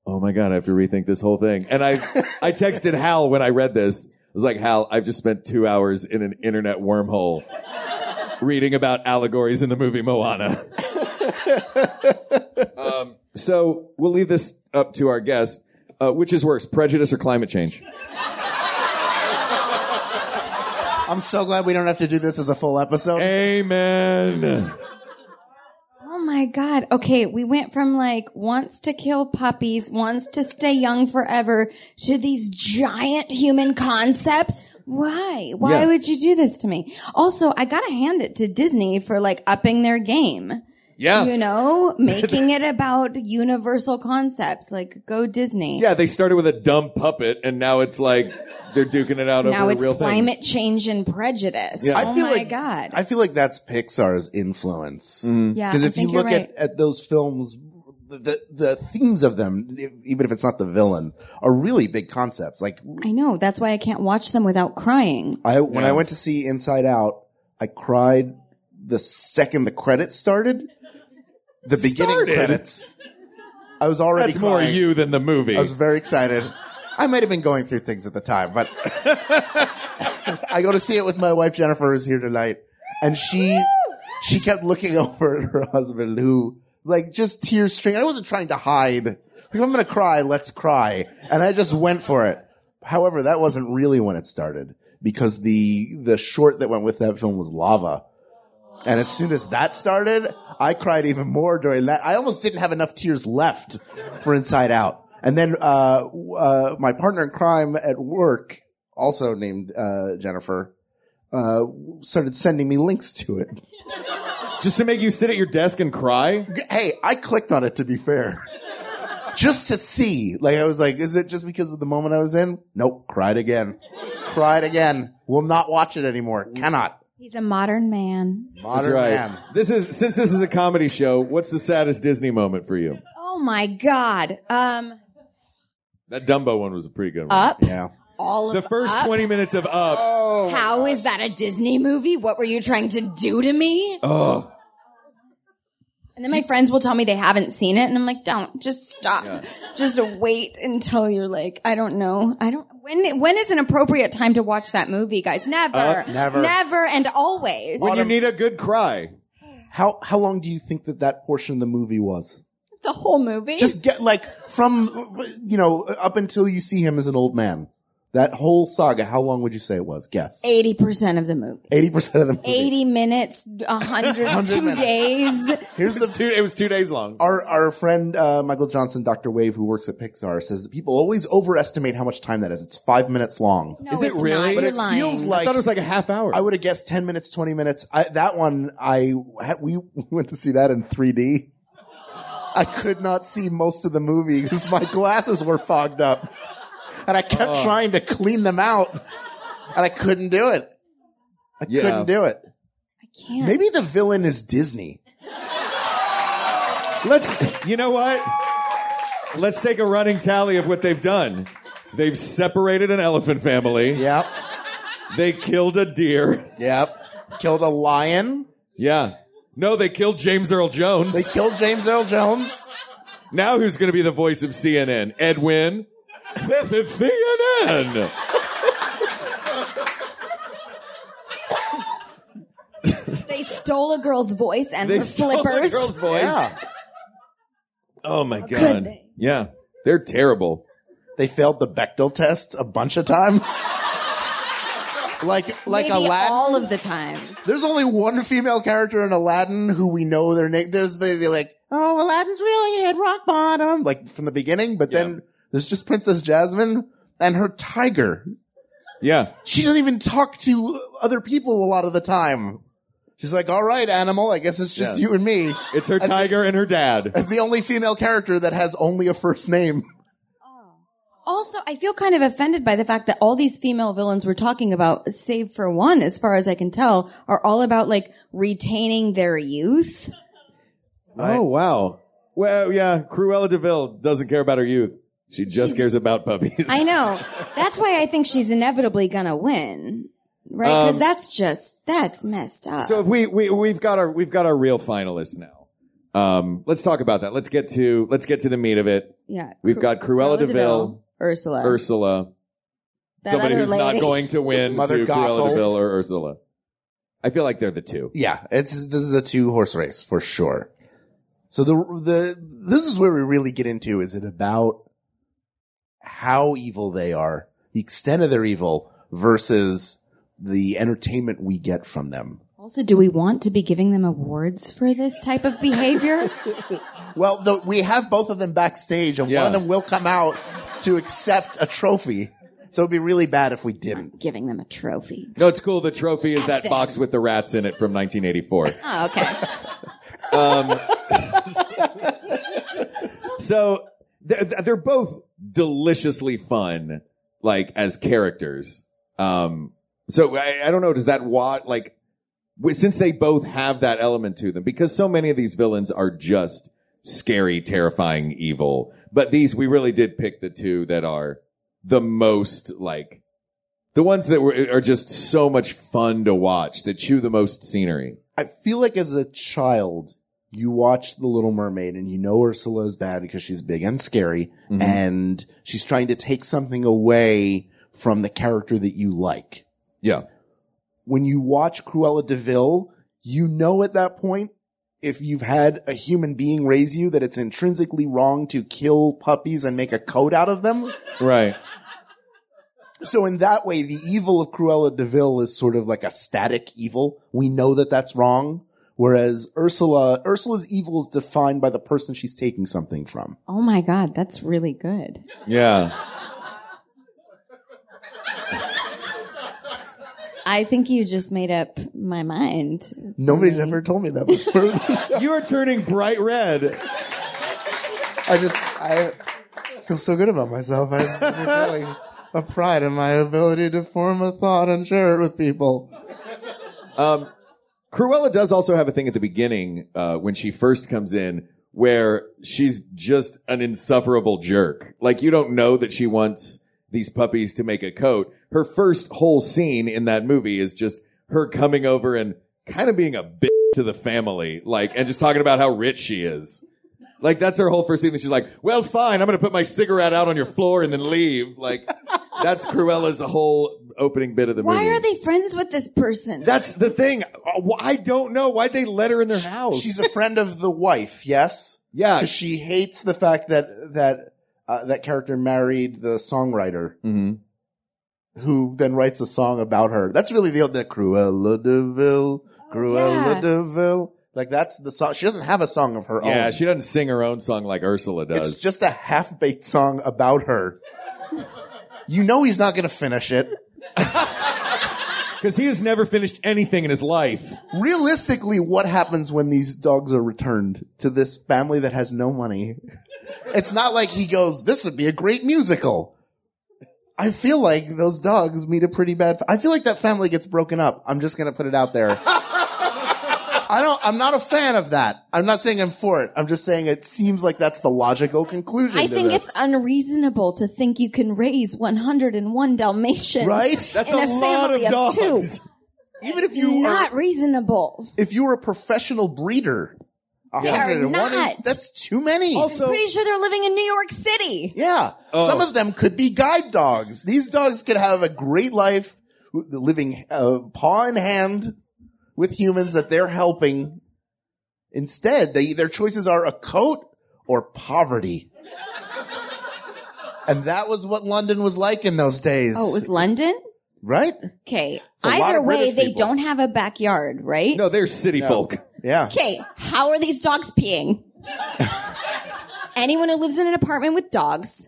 Speaker 7: oh my god, I have to rethink this whole thing. And I, I texted Hal when I read this. I was like, Hal, I've just spent two hours in an internet wormhole reading about allegories in the movie Moana. um, so we'll leave this up to our guest. Uh, which is worse, prejudice or climate change?
Speaker 8: I'm so glad we don't have to do this as a full episode.
Speaker 7: Amen.
Speaker 9: Oh my God. Okay. We went from like wants to kill puppies, wants to stay young forever to these giant human concepts. Why? Why
Speaker 7: Yeah.
Speaker 9: would you do this to me? Also, I gotta hand it to Disney for like upping their game.
Speaker 7: Yeah.
Speaker 9: You know, making it about universal concepts. Like, go Disney.
Speaker 7: Yeah, they started with a dumb puppet and now it's like They're duking it out over
Speaker 9: now it's
Speaker 7: real
Speaker 9: climate
Speaker 7: things.
Speaker 9: change and prejudice.
Speaker 7: Yeah. I
Speaker 9: Oh
Speaker 8: feel
Speaker 9: my
Speaker 8: like-
Speaker 9: god.
Speaker 8: I feel like that's Pixar's influence.
Speaker 7: Mm.
Speaker 9: yeah.
Speaker 8: Because
Speaker 9: I
Speaker 8: if you
Speaker 9: think you're
Speaker 8: look
Speaker 9: right.
Speaker 8: at, at those films, the the themes of them, even if it's not the villain, are really big concepts. Like
Speaker 9: I know. That's why I can't watch them without crying.
Speaker 8: I when I went to see Inside Out, I cried the second the credits started. The beginning
Speaker 7: Started?
Speaker 8: credits. I was already
Speaker 7: That's more
Speaker 8: crying.
Speaker 7: you than the movie.
Speaker 8: I was very excited. I might have been going through things at the time, but I go to see it with my wife Jennifer, who's here tonight, and she she kept looking over at her husband, who like just tears streaming. I wasn't trying to hide. Like, if I'm gonna cry, let's cry, and I just went for it. However, that wasn't really when it started because the the short that went with that film was Lava, and as soon as that started, I cried even more during that. I almost didn't have enough tears left for Inside Out. And then uh, w- uh, my partner in crime at work, also named uh, Jennifer, uh, started sending me links to it.
Speaker 7: Just to make you sit at your desk and cry?
Speaker 8: G- Hey, I clicked on it to be fair. Just to see. Like, I was like, is it just because of the moment I was in? Nope. Cried again. Cried again. Will not watch it anymore. Cannot.
Speaker 9: He's a modern man.
Speaker 8: Modern man.
Speaker 7: This is since this is a comedy show. What's the saddest Disney moment for you?
Speaker 9: Oh my god. Um
Speaker 7: That Dumbo one was a pretty good one.
Speaker 9: up
Speaker 8: Yeah.
Speaker 9: all
Speaker 7: the
Speaker 9: of
Speaker 7: first
Speaker 8: uh,
Speaker 9: up.
Speaker 7: twenty minutes of Up.
Speaker 8: oh.
Speaker 9: How is that a Disney movie? What were you trying to do to me?
Speaker 7: Oh,
Speaker 9: And then my friends will tell me they haven't seen it, and I'm like, don't, just stop, just wait until you're like, I don't know, I don't. When when is an appropriate time to watch that movie, guys? Never,
Speaker 8: never.
Speaker 9: never, and always.
Speaker 7: when you need a good cry.
Speaker 8: How, how long do you think that that portion of the movie was?
Speaker 9: the whole movie.
Speaker 8: just get like from you know up until you see him as an old man. That whole saga. How long would you say it was? Guess
Speaker 9: eighty percent of the movie.
Speaker 8: eighty percent of the movie.
Speaker 9: Eighty minutes, a hundred, two days.
Speaker 8: Here's the
Speaker 7: Two, it was two days long.
Speaker 8: our our friend uh, Michael Johnson, Doctor Wave, who works at Pixar, says that people always overestimate how much time that is. It's five minutes long.
Speaker 9: No,
Speaker 7: Is it
Speaker 9: it's
Speaker 7: really?
Speaker 9: Not.
Speaker 7: But
Speaker 9: You're
Speaker 7: it
Speaker 9: lying.
Speaker 8: feels
Speaker 7: I
Speaker 8: like-
Speaker 7: thought it was like a half hour.
Speaker 8: I would have guessed ten minutes, twenty minutes. I, that one, I ha- we went to see that in 3D. I could not see most of the movie because my glasses were fogged up, and I kept trying to clean them out, and I couldn't do it. I
Speaker 7: Yeah.
Speaker 8: couldn't do it.
Speaker 9: Can't.
Speaker 8: Maybe the villain is Disney.
Speaker 7: Let's. You know what? Let's take a running tally of what they've done. They've separated an elephant family.
Speaker 8: Yep,
Speaker 7: They killed a deer.
Speaker 8: yep. Killed a lion.
Speaker 7: Yeah. No, they killed James Earl Jones.
Speaker 8: They killed James Earl Jones.
Speaker 7: Now who's going to be the voice of CNN? Edwin? CNN!
Speaker 9: They stole a girl's voice and
Speaker 7: They
Speaker 9: her
Speaker 7: stole
Speaker 9: flippers.
Speaker 7: the girl's voice.
Speaker 8: Yeah.
Speaker 7: Oh my god.
Speaker 9: could they?
Speaker 7: Yeah. They're terrible.
Speaker 8: They failed the Bechtel test a bunch of times. like like
Speaker 9: Maybe
Speaker 8: Aladdin.
Speaker 9: all of the time.
Speaker 8: There's only one female character in Aladdin who we know their name. There's they they like, oh, Aladdin's really hit rock bottom, like from the beginning. But then there's just Princess Jasmine and her tiger.
Speaker 7: Yeah.
Speaker 8: She doesn't even talk to other people a lot of the time. She's like, all right, animal, I guess it's just
Speaker 7: Yeah.
Speaker 8: you and me.
Speaker 7: It's her tiger and her dad.
Speaker 8: As the only female character that has only a first name.
Speaker 9: Also, I feel kind of offended by the fact that all these female villains we're talking about, save for one, as far as I can tell, are all about like retaining their youth.
Speaker 7: Oh wow. Well, yeah, Cruella DeVille doesn't care about her youth. She just cares about puppies.
Speaker 9: I know. That's why I think she's inevitably gonna win. Right? Because
Speaker 7: Um,
Speaker 9: that's just, that's messed up.
Speaker 7: So if we, we we've got our we've got our real finalists now. Um, let's talk about that. Let's get to let's get to the meat of it.
Speaker 9: yeah.
Speaker 7: We've got Cruella, DeVille,
Speaker 9: Ursula.
Speaker 7: Ursula,
Speaker 9: that
Speaker 7: somebody
Speaker 9: other
Speaker 7: who's
Speaker 9: lady.
Speaker 7: not going to win to
Speaker 8: Mother
Speaker 7: Cruella
Speaker 8: Gothel.
Speaker 7: DeVille or Ursula. I feel like they're the two.
Speaker 8: Yeah, it's this is a two horse race for sure. So the the this is where we really get into is it about how evil they are, the extent of their evil versus the entertainment we get from them.
Speaker 9: Also, do we want to be giving them awards for this type of behavior?
Speaker 8: Well, the, we have both of them backstage, and
Speaker 7: Yeah.
Speaker 8: one of them will come out to accept a trophy. So it'd be really bad if we didn't.
Speaker 9: giving them a trophy.
Speaker 7: No, it's cool. The trophy is that
Speaker 9: Effing.
Speaker 7: box with the rats in it from 1984.
Speaker 9: Oh, okay.
Speaker 7: Um, so they're, they're both deliciously fun like as characters. Um, so I, I don't know. Does that what like w- since they both have that element to them because so many of these villains are just scary, terrifying, evil. But these we really did pick the two that are the most like the ones that were, are just so much fun to watch that chew the most scenery.
Speaker 8: I feel like as a child, you watch The Little Mermaid and you know Ursula is bad because she's big and scary and she's trying to take something away from the character that you like.
Speaker 7: Yeah.
Speaker 8: When you watch Cruella de Vil, you know at that point, if you've had a human being raise you, that it's intrinsically wrong to kill puppies and make a coat out of them.
Speaker 7: Right.
Speaker 8: So in that way, the evil of Cruella de Vil is sort of like a static evil. We know that that's wrong. Whereas Ursula, Ursula's evil is defined by the person she's taking something from.
Speaker 9: Oh my God, that's really good.
Speaker 7: Yeah.
Speaker 9: I think you just made up my mind.
Speaker 8: Nobody's ever told me that before.
Speaker 7: you are turning bright red.
Speaker 8: I just, I feel so good about myself. I feel like a pride in my ability to form a thought and share it with people.
Speaker 7: Um, Cruella does also have a thing at the beginning uh, when she first comes in where she's just an insufferable jerk. Like you don't know that she wants these puppies to make a coat. Her first whole scene in that movie is just her coming over and kind of being a bitch to the family, like, and just talking about how rich she is. Like that's her whole first scene. That she's like, "Well, fine, I'm going to put my cigarette out on your floor and then leave." Like, that's Cruella's whole opening bit of the
Speaker 9: Why
Speaker 7: movie.
Speaker 9: are they friends with this person?
Speaker 7: That's the thing. Uh, wh- I don't know why'd they let her in their house.
Speaker 8: Oh, She's a friend of the wife, yes?
Speaker 7: yeah.
Speaker 8: Because she hates the fact that, that, uh, that character married the songwriter.
Speaker 7: mm-hmm.
Speaker 8: who then writes a song about her. That's really the the Cruella de Vil, Cruella
Speaker 9: yeah.
Speaker 8: de Vil. Like that's the song. She doesn't have a song of her
Speaker 7: Yeah,
Speaker 8: own.
Speaker 7: she doesn't sing her own song like Ursula does.
Speaker 8: it's just a half baked song about her. you know he's not going to finish it.
Speaker 7: Because he has never finished anything in his life.
Speaker 8: Realistically, what happens when these dogs are returned to this family that has no money? It's not like he goes, "This would be a great musical." I feel like those dogs meet a pretty bad. Fa- I feel like that family gets broken up. I'm just gonna put it out there. I don't. I'm not a fan of that. I'm not saying I'm for it. I'm just saying it seems like that's the logical conclusion.
Speaker 9: I
Speaker 8: to
Speaker 9: think
Speaker 8: this.
Speaker 9: it's unreasonable to think you can raise 101 Dalmatians
Speaker 8: Right?
Speaker 7: That's
Speaker 9: in
Speaker 7: a,
Speaker 9: a,
Speaker 7: lot
Speaker 9: family
Speaker 7: of dogs.
Speaker 9: two.
Speaker 8: even if you are,
Speaker 9: Not reasonable.
Speaker 8: if you were a professional breeder,
Speaker 9: are
Speaker 8: 101 is
Speaker 9: not.
Speaker 8: that's too many.
Speaker 9: Pretty sure they're living in New York City.
Speaker 8: Yeah. Some of them could be guide dogs. These dogs could have a great life w- living uh, paw in hand with humans that they're helping. Instead, they, their choices are a coat or poverty. and that was what London was like in those days.
Speaker 9: Oh, it was London?
Speaker 8: right?
Speaker 9: Okay.
Speaker 8: a lot
Speaker 9: Either
Speaker 8: of
Speaker 9: way,
Speaker 8: British
Speaker 9: they
Speaker 8: people.
Speaker 9: don't have a backyard, right?
Speaker 7: No, they're city folk.
Speaker 8: Yeah.
Speaker 9: Okay. How are these dogs peeing? Anyone who lives in an apartment with dogs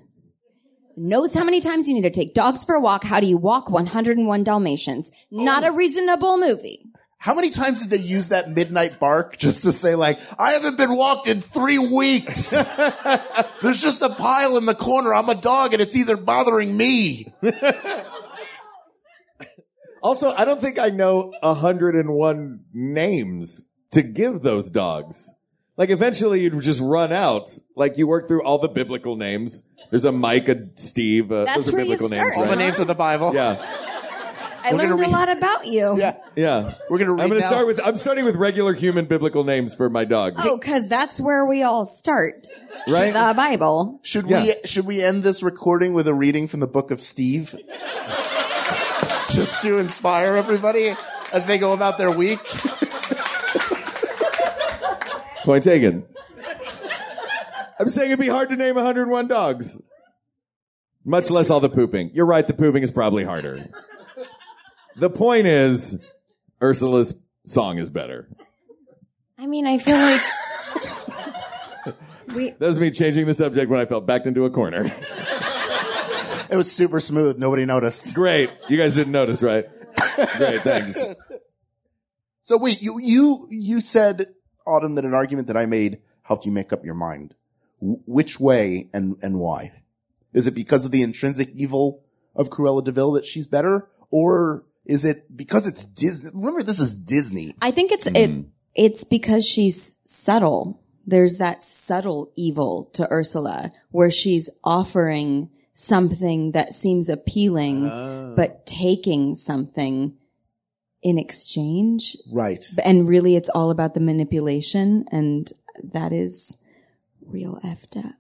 Speaker 9: knows how many times you need to take dogs for a walk. How do you walk 101 Dalmatians? Not a reasonable movie.
Speaker 8: How many times did they use that midnight bark just to say like, I haven't been walked in three weeks. There's just a pile in the corner. I'm a dog and it's either bothering me.
Speaker 7: Also, I don't think I know 101 names to give those dogs. Like, eventually you'd just run out. Like, you work through all the biblical names. There's a Mike, a Steve. Uh,
Speaker 9: That's
Speaker 7: those are
Speaker 9: where you
Speaker 7: biblical
Speaker 9: start,
Speaker 7: names,
Speaker 9: huh?
Speaker 7: right?
Speaker 8: names of the Bible.
Speaker 7: Yeah,
Speaker 9: I learned a lot about you.
Speaker 7: yeah.
Speaker 8: We're gonna read
Speaker 7: I'm going to
Speaker 8: now.
Speaker 7: start with. I'm starting with regular human biblical names for my dog.
Speaker 9: Oh, because that's where we all start.
Speaker 7: Right?
Speaker 9: The Bible.
Speaker 8: Should
Speaker 7: Yeah.
Speaker 8: we should we end this recording with a reading from the book of Steve? Just to inspire everybody as they go about their week.
Speaker 7: Point taken. I'm saying it'd be hard to name 101 dogs, much less all the pooping. You're right. The pooping is probably harder. The point is, Ursula's song is better.
Speaker 9: I mean, I feel like
Speaker 7: That was me changing the subject when I felt backed into a corner.
Speaker 8: It was super smooth. Nobody noticed.
Speaker 7: Great. You guys didn't notice, right? Great. Thanks.
Speaker 8: So wait, you you you said Autumn that an argument that I made helped you make up your mind. Wh- Which way and and why? Is it because of the intrinsic evil of Cruella Deville that she's better, or is it because it's Disney? Remember, this is Disney.
Speaker 9: I think it's it. It's because she's subtle. There's that subtle evil to Ursula, where she's offering something that seems appealing, but taking something in exchange.
Speaker 8: Right.
Speaker 9: And really, it's all about the manipulation, and that is real effed up.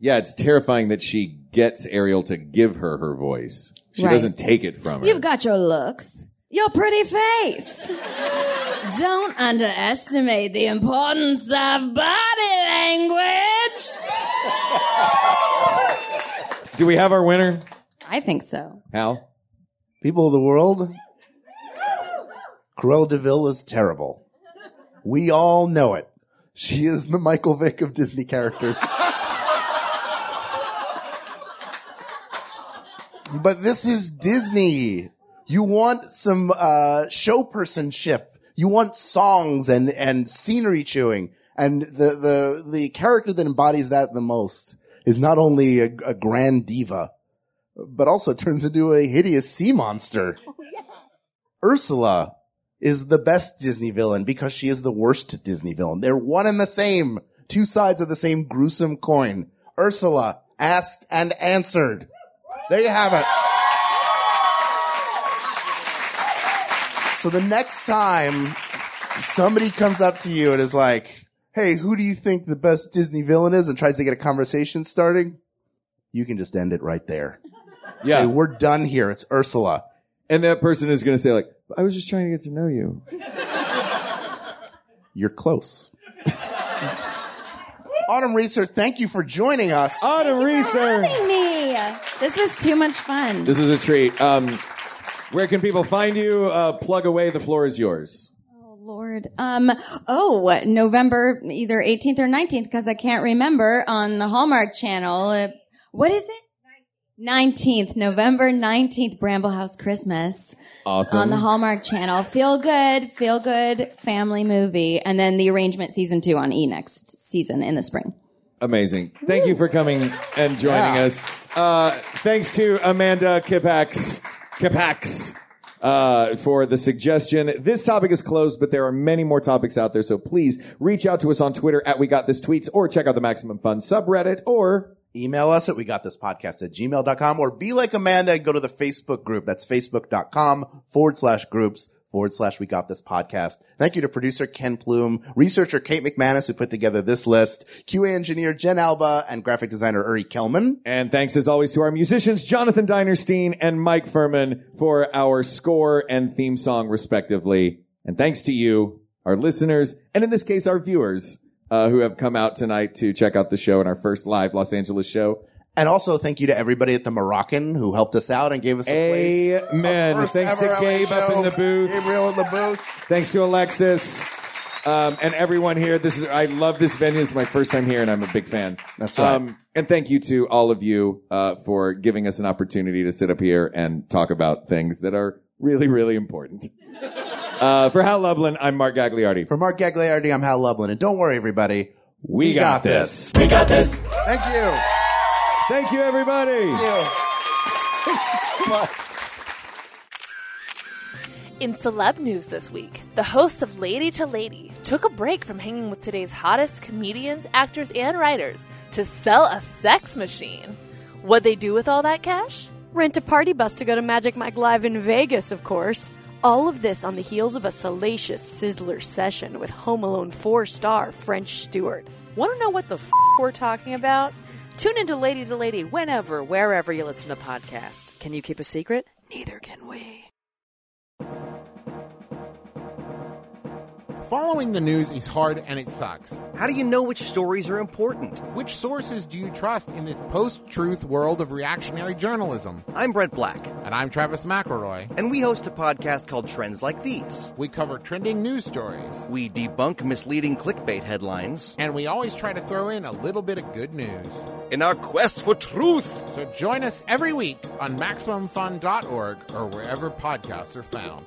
Speaker 7: Yeah, it's terrifying that she gets Ariel to give her her voice. She
Speaker 9: Right.
Speaker 7: doesn't take it from her.
Speaker 9: You've got your looks, your pretty face. Don't underestimate the importance of body language.
Speaker 7: Do we have our winner?
Speaker 9: I think so.
Speaker 7: Hal?
Speaker 8: People of the world, Cruella Deville is terrible. We all know it. She is the Michael Vick of Disney characters. but this is Disney. You want some uh, show personship. You want songs and and scenery chewing. And the the the character that embodies that the most is not only a, a grand diva, but also turns into a hideous sea monster. Ursula is the best Disney villain because she is the worst Disney villain. They're one and the same, two sides of the same gruesome coin. Ursula asked and answered. There you have it. So the next time somebody comes up to you and is like, Hey, who do you think the best Disney villain is? And tries to get a conversation starting. You can just end it right there.
Speaker 7: Yeah.
Speaker 8: Say, we're done here. It's Ursula.
Speaker 7: and that person is going to say like, I was just trying to get to know you.
Speaker 8: You're close. Autumn Research, thank you for joining us.
Speaker 7: Autumn Reeser.
Speaker 9: Me. This was too much fun.
Speaker 7: This is a treat. Um, where can people find you? Uh, plug away. The floor is yours.
Speaker 9: Oh, Lord. Um, oh, what, November either 18th or 19th, because I can't remember on the Hallmark Channel. Uh, what is it? 19th, November 19th, Bramble House Christmas
Speaker 7: Awesome.
Speaker 9: on the Hallmark Channel. Feel good, feel good family movie. And then the arrangement season two on E next season in the spring.
Speaker 7: Amazing. Thank you for coming and joining us. Uh, thanks to Amanda Kipax, Kipax, uh, for the suggestion. This topic is closed, but there are many more topics out there. So please reach out to us on Twitter at We Got This Tweets or check out the Maximum Fun subreddit or
Speaker 8: Email us at we got this podcast at gmail.com or be like Amanda and go to the Facebook group. That's facebook.com forward slash groups forward slash we got this podcast. Thank you to producer Ken Plume, researcher Kate McManus who put together this list, QA engineer Jen Alba and graphic designer Uri Kelman.
Speaker 7: And thanks as always to our musicians, Jonathan Dinerstein and Mike Furman for our score and theme song respectively. And thanks to you, our listeners, and in this case, our viewers, uh, who have come out tonight to check out the show in our first live Los Angeles show.
Speaker 8: And also thank you to everybody at the Moroccan who helped us out and gave us a place.
Speaker 7: Amen.
Speaker 8: First
Speaker 7: thanks
Speaker 8: ever
Speaker 7: to
Speaker 8: LA
Speaker 7: Gabe up
Speaker 8: show,
Speaker 7: in the booth.
Speaker 8: Gabriel in the booth.
Speaker 7: Thanks to Alexis. Um, and everyone here, this is, I love this venue. It's my first time here and I'm a big fan. Um,
Speaker 8: That's right.
Speaker 7: and thank you to all of you, uh, for giving us an opportunity to sit up here and talk about things that are really, really important. Uh, for Hal Lublin, I'm Mark Gagliardi.
Speaker 8: For Mark Gagliardi, I'm Hal Lublin. And don't worry, everybody.
Speaker 7: We,
Speaker 8: got
Speaker 7: this.
Speaker 6: We got this.
Speaker 8: Thank you.
Speaker 7: Thank you, everybody.
Speaker 10: In celeb news this week, the hosts of Lady to Lady took a break from hanging with today's hottest comedians, actors, and writers to sell a sex machine. What'd they do with all that cash?
Speaker 11: Rent a party bus to go to Magic Mike Live in Vegas, of course. All of this on the heels of a salacious Sizzler session with Home Alone four star French Stewart. Want to know what the f we're talking about? Tune into Lady to Lady whenever, wherever you listen to podcasts. Can you keep a secret? Neither can we.
Speaker 12: Following the news is hard and it sucks. How do you know which stories are important? Which sources do you trust in this post truth world of reactionary journalism? I'm Brett Black. And I'm Travis McElroy. And we host a podcast called Trends Like These. We cover trending news stories. We debunk misleading clickbait headlines. And we always try to throw in a little bit of good news. In our quest for truth. So join us every week on MaximumFun.org or wherever podcasts are found.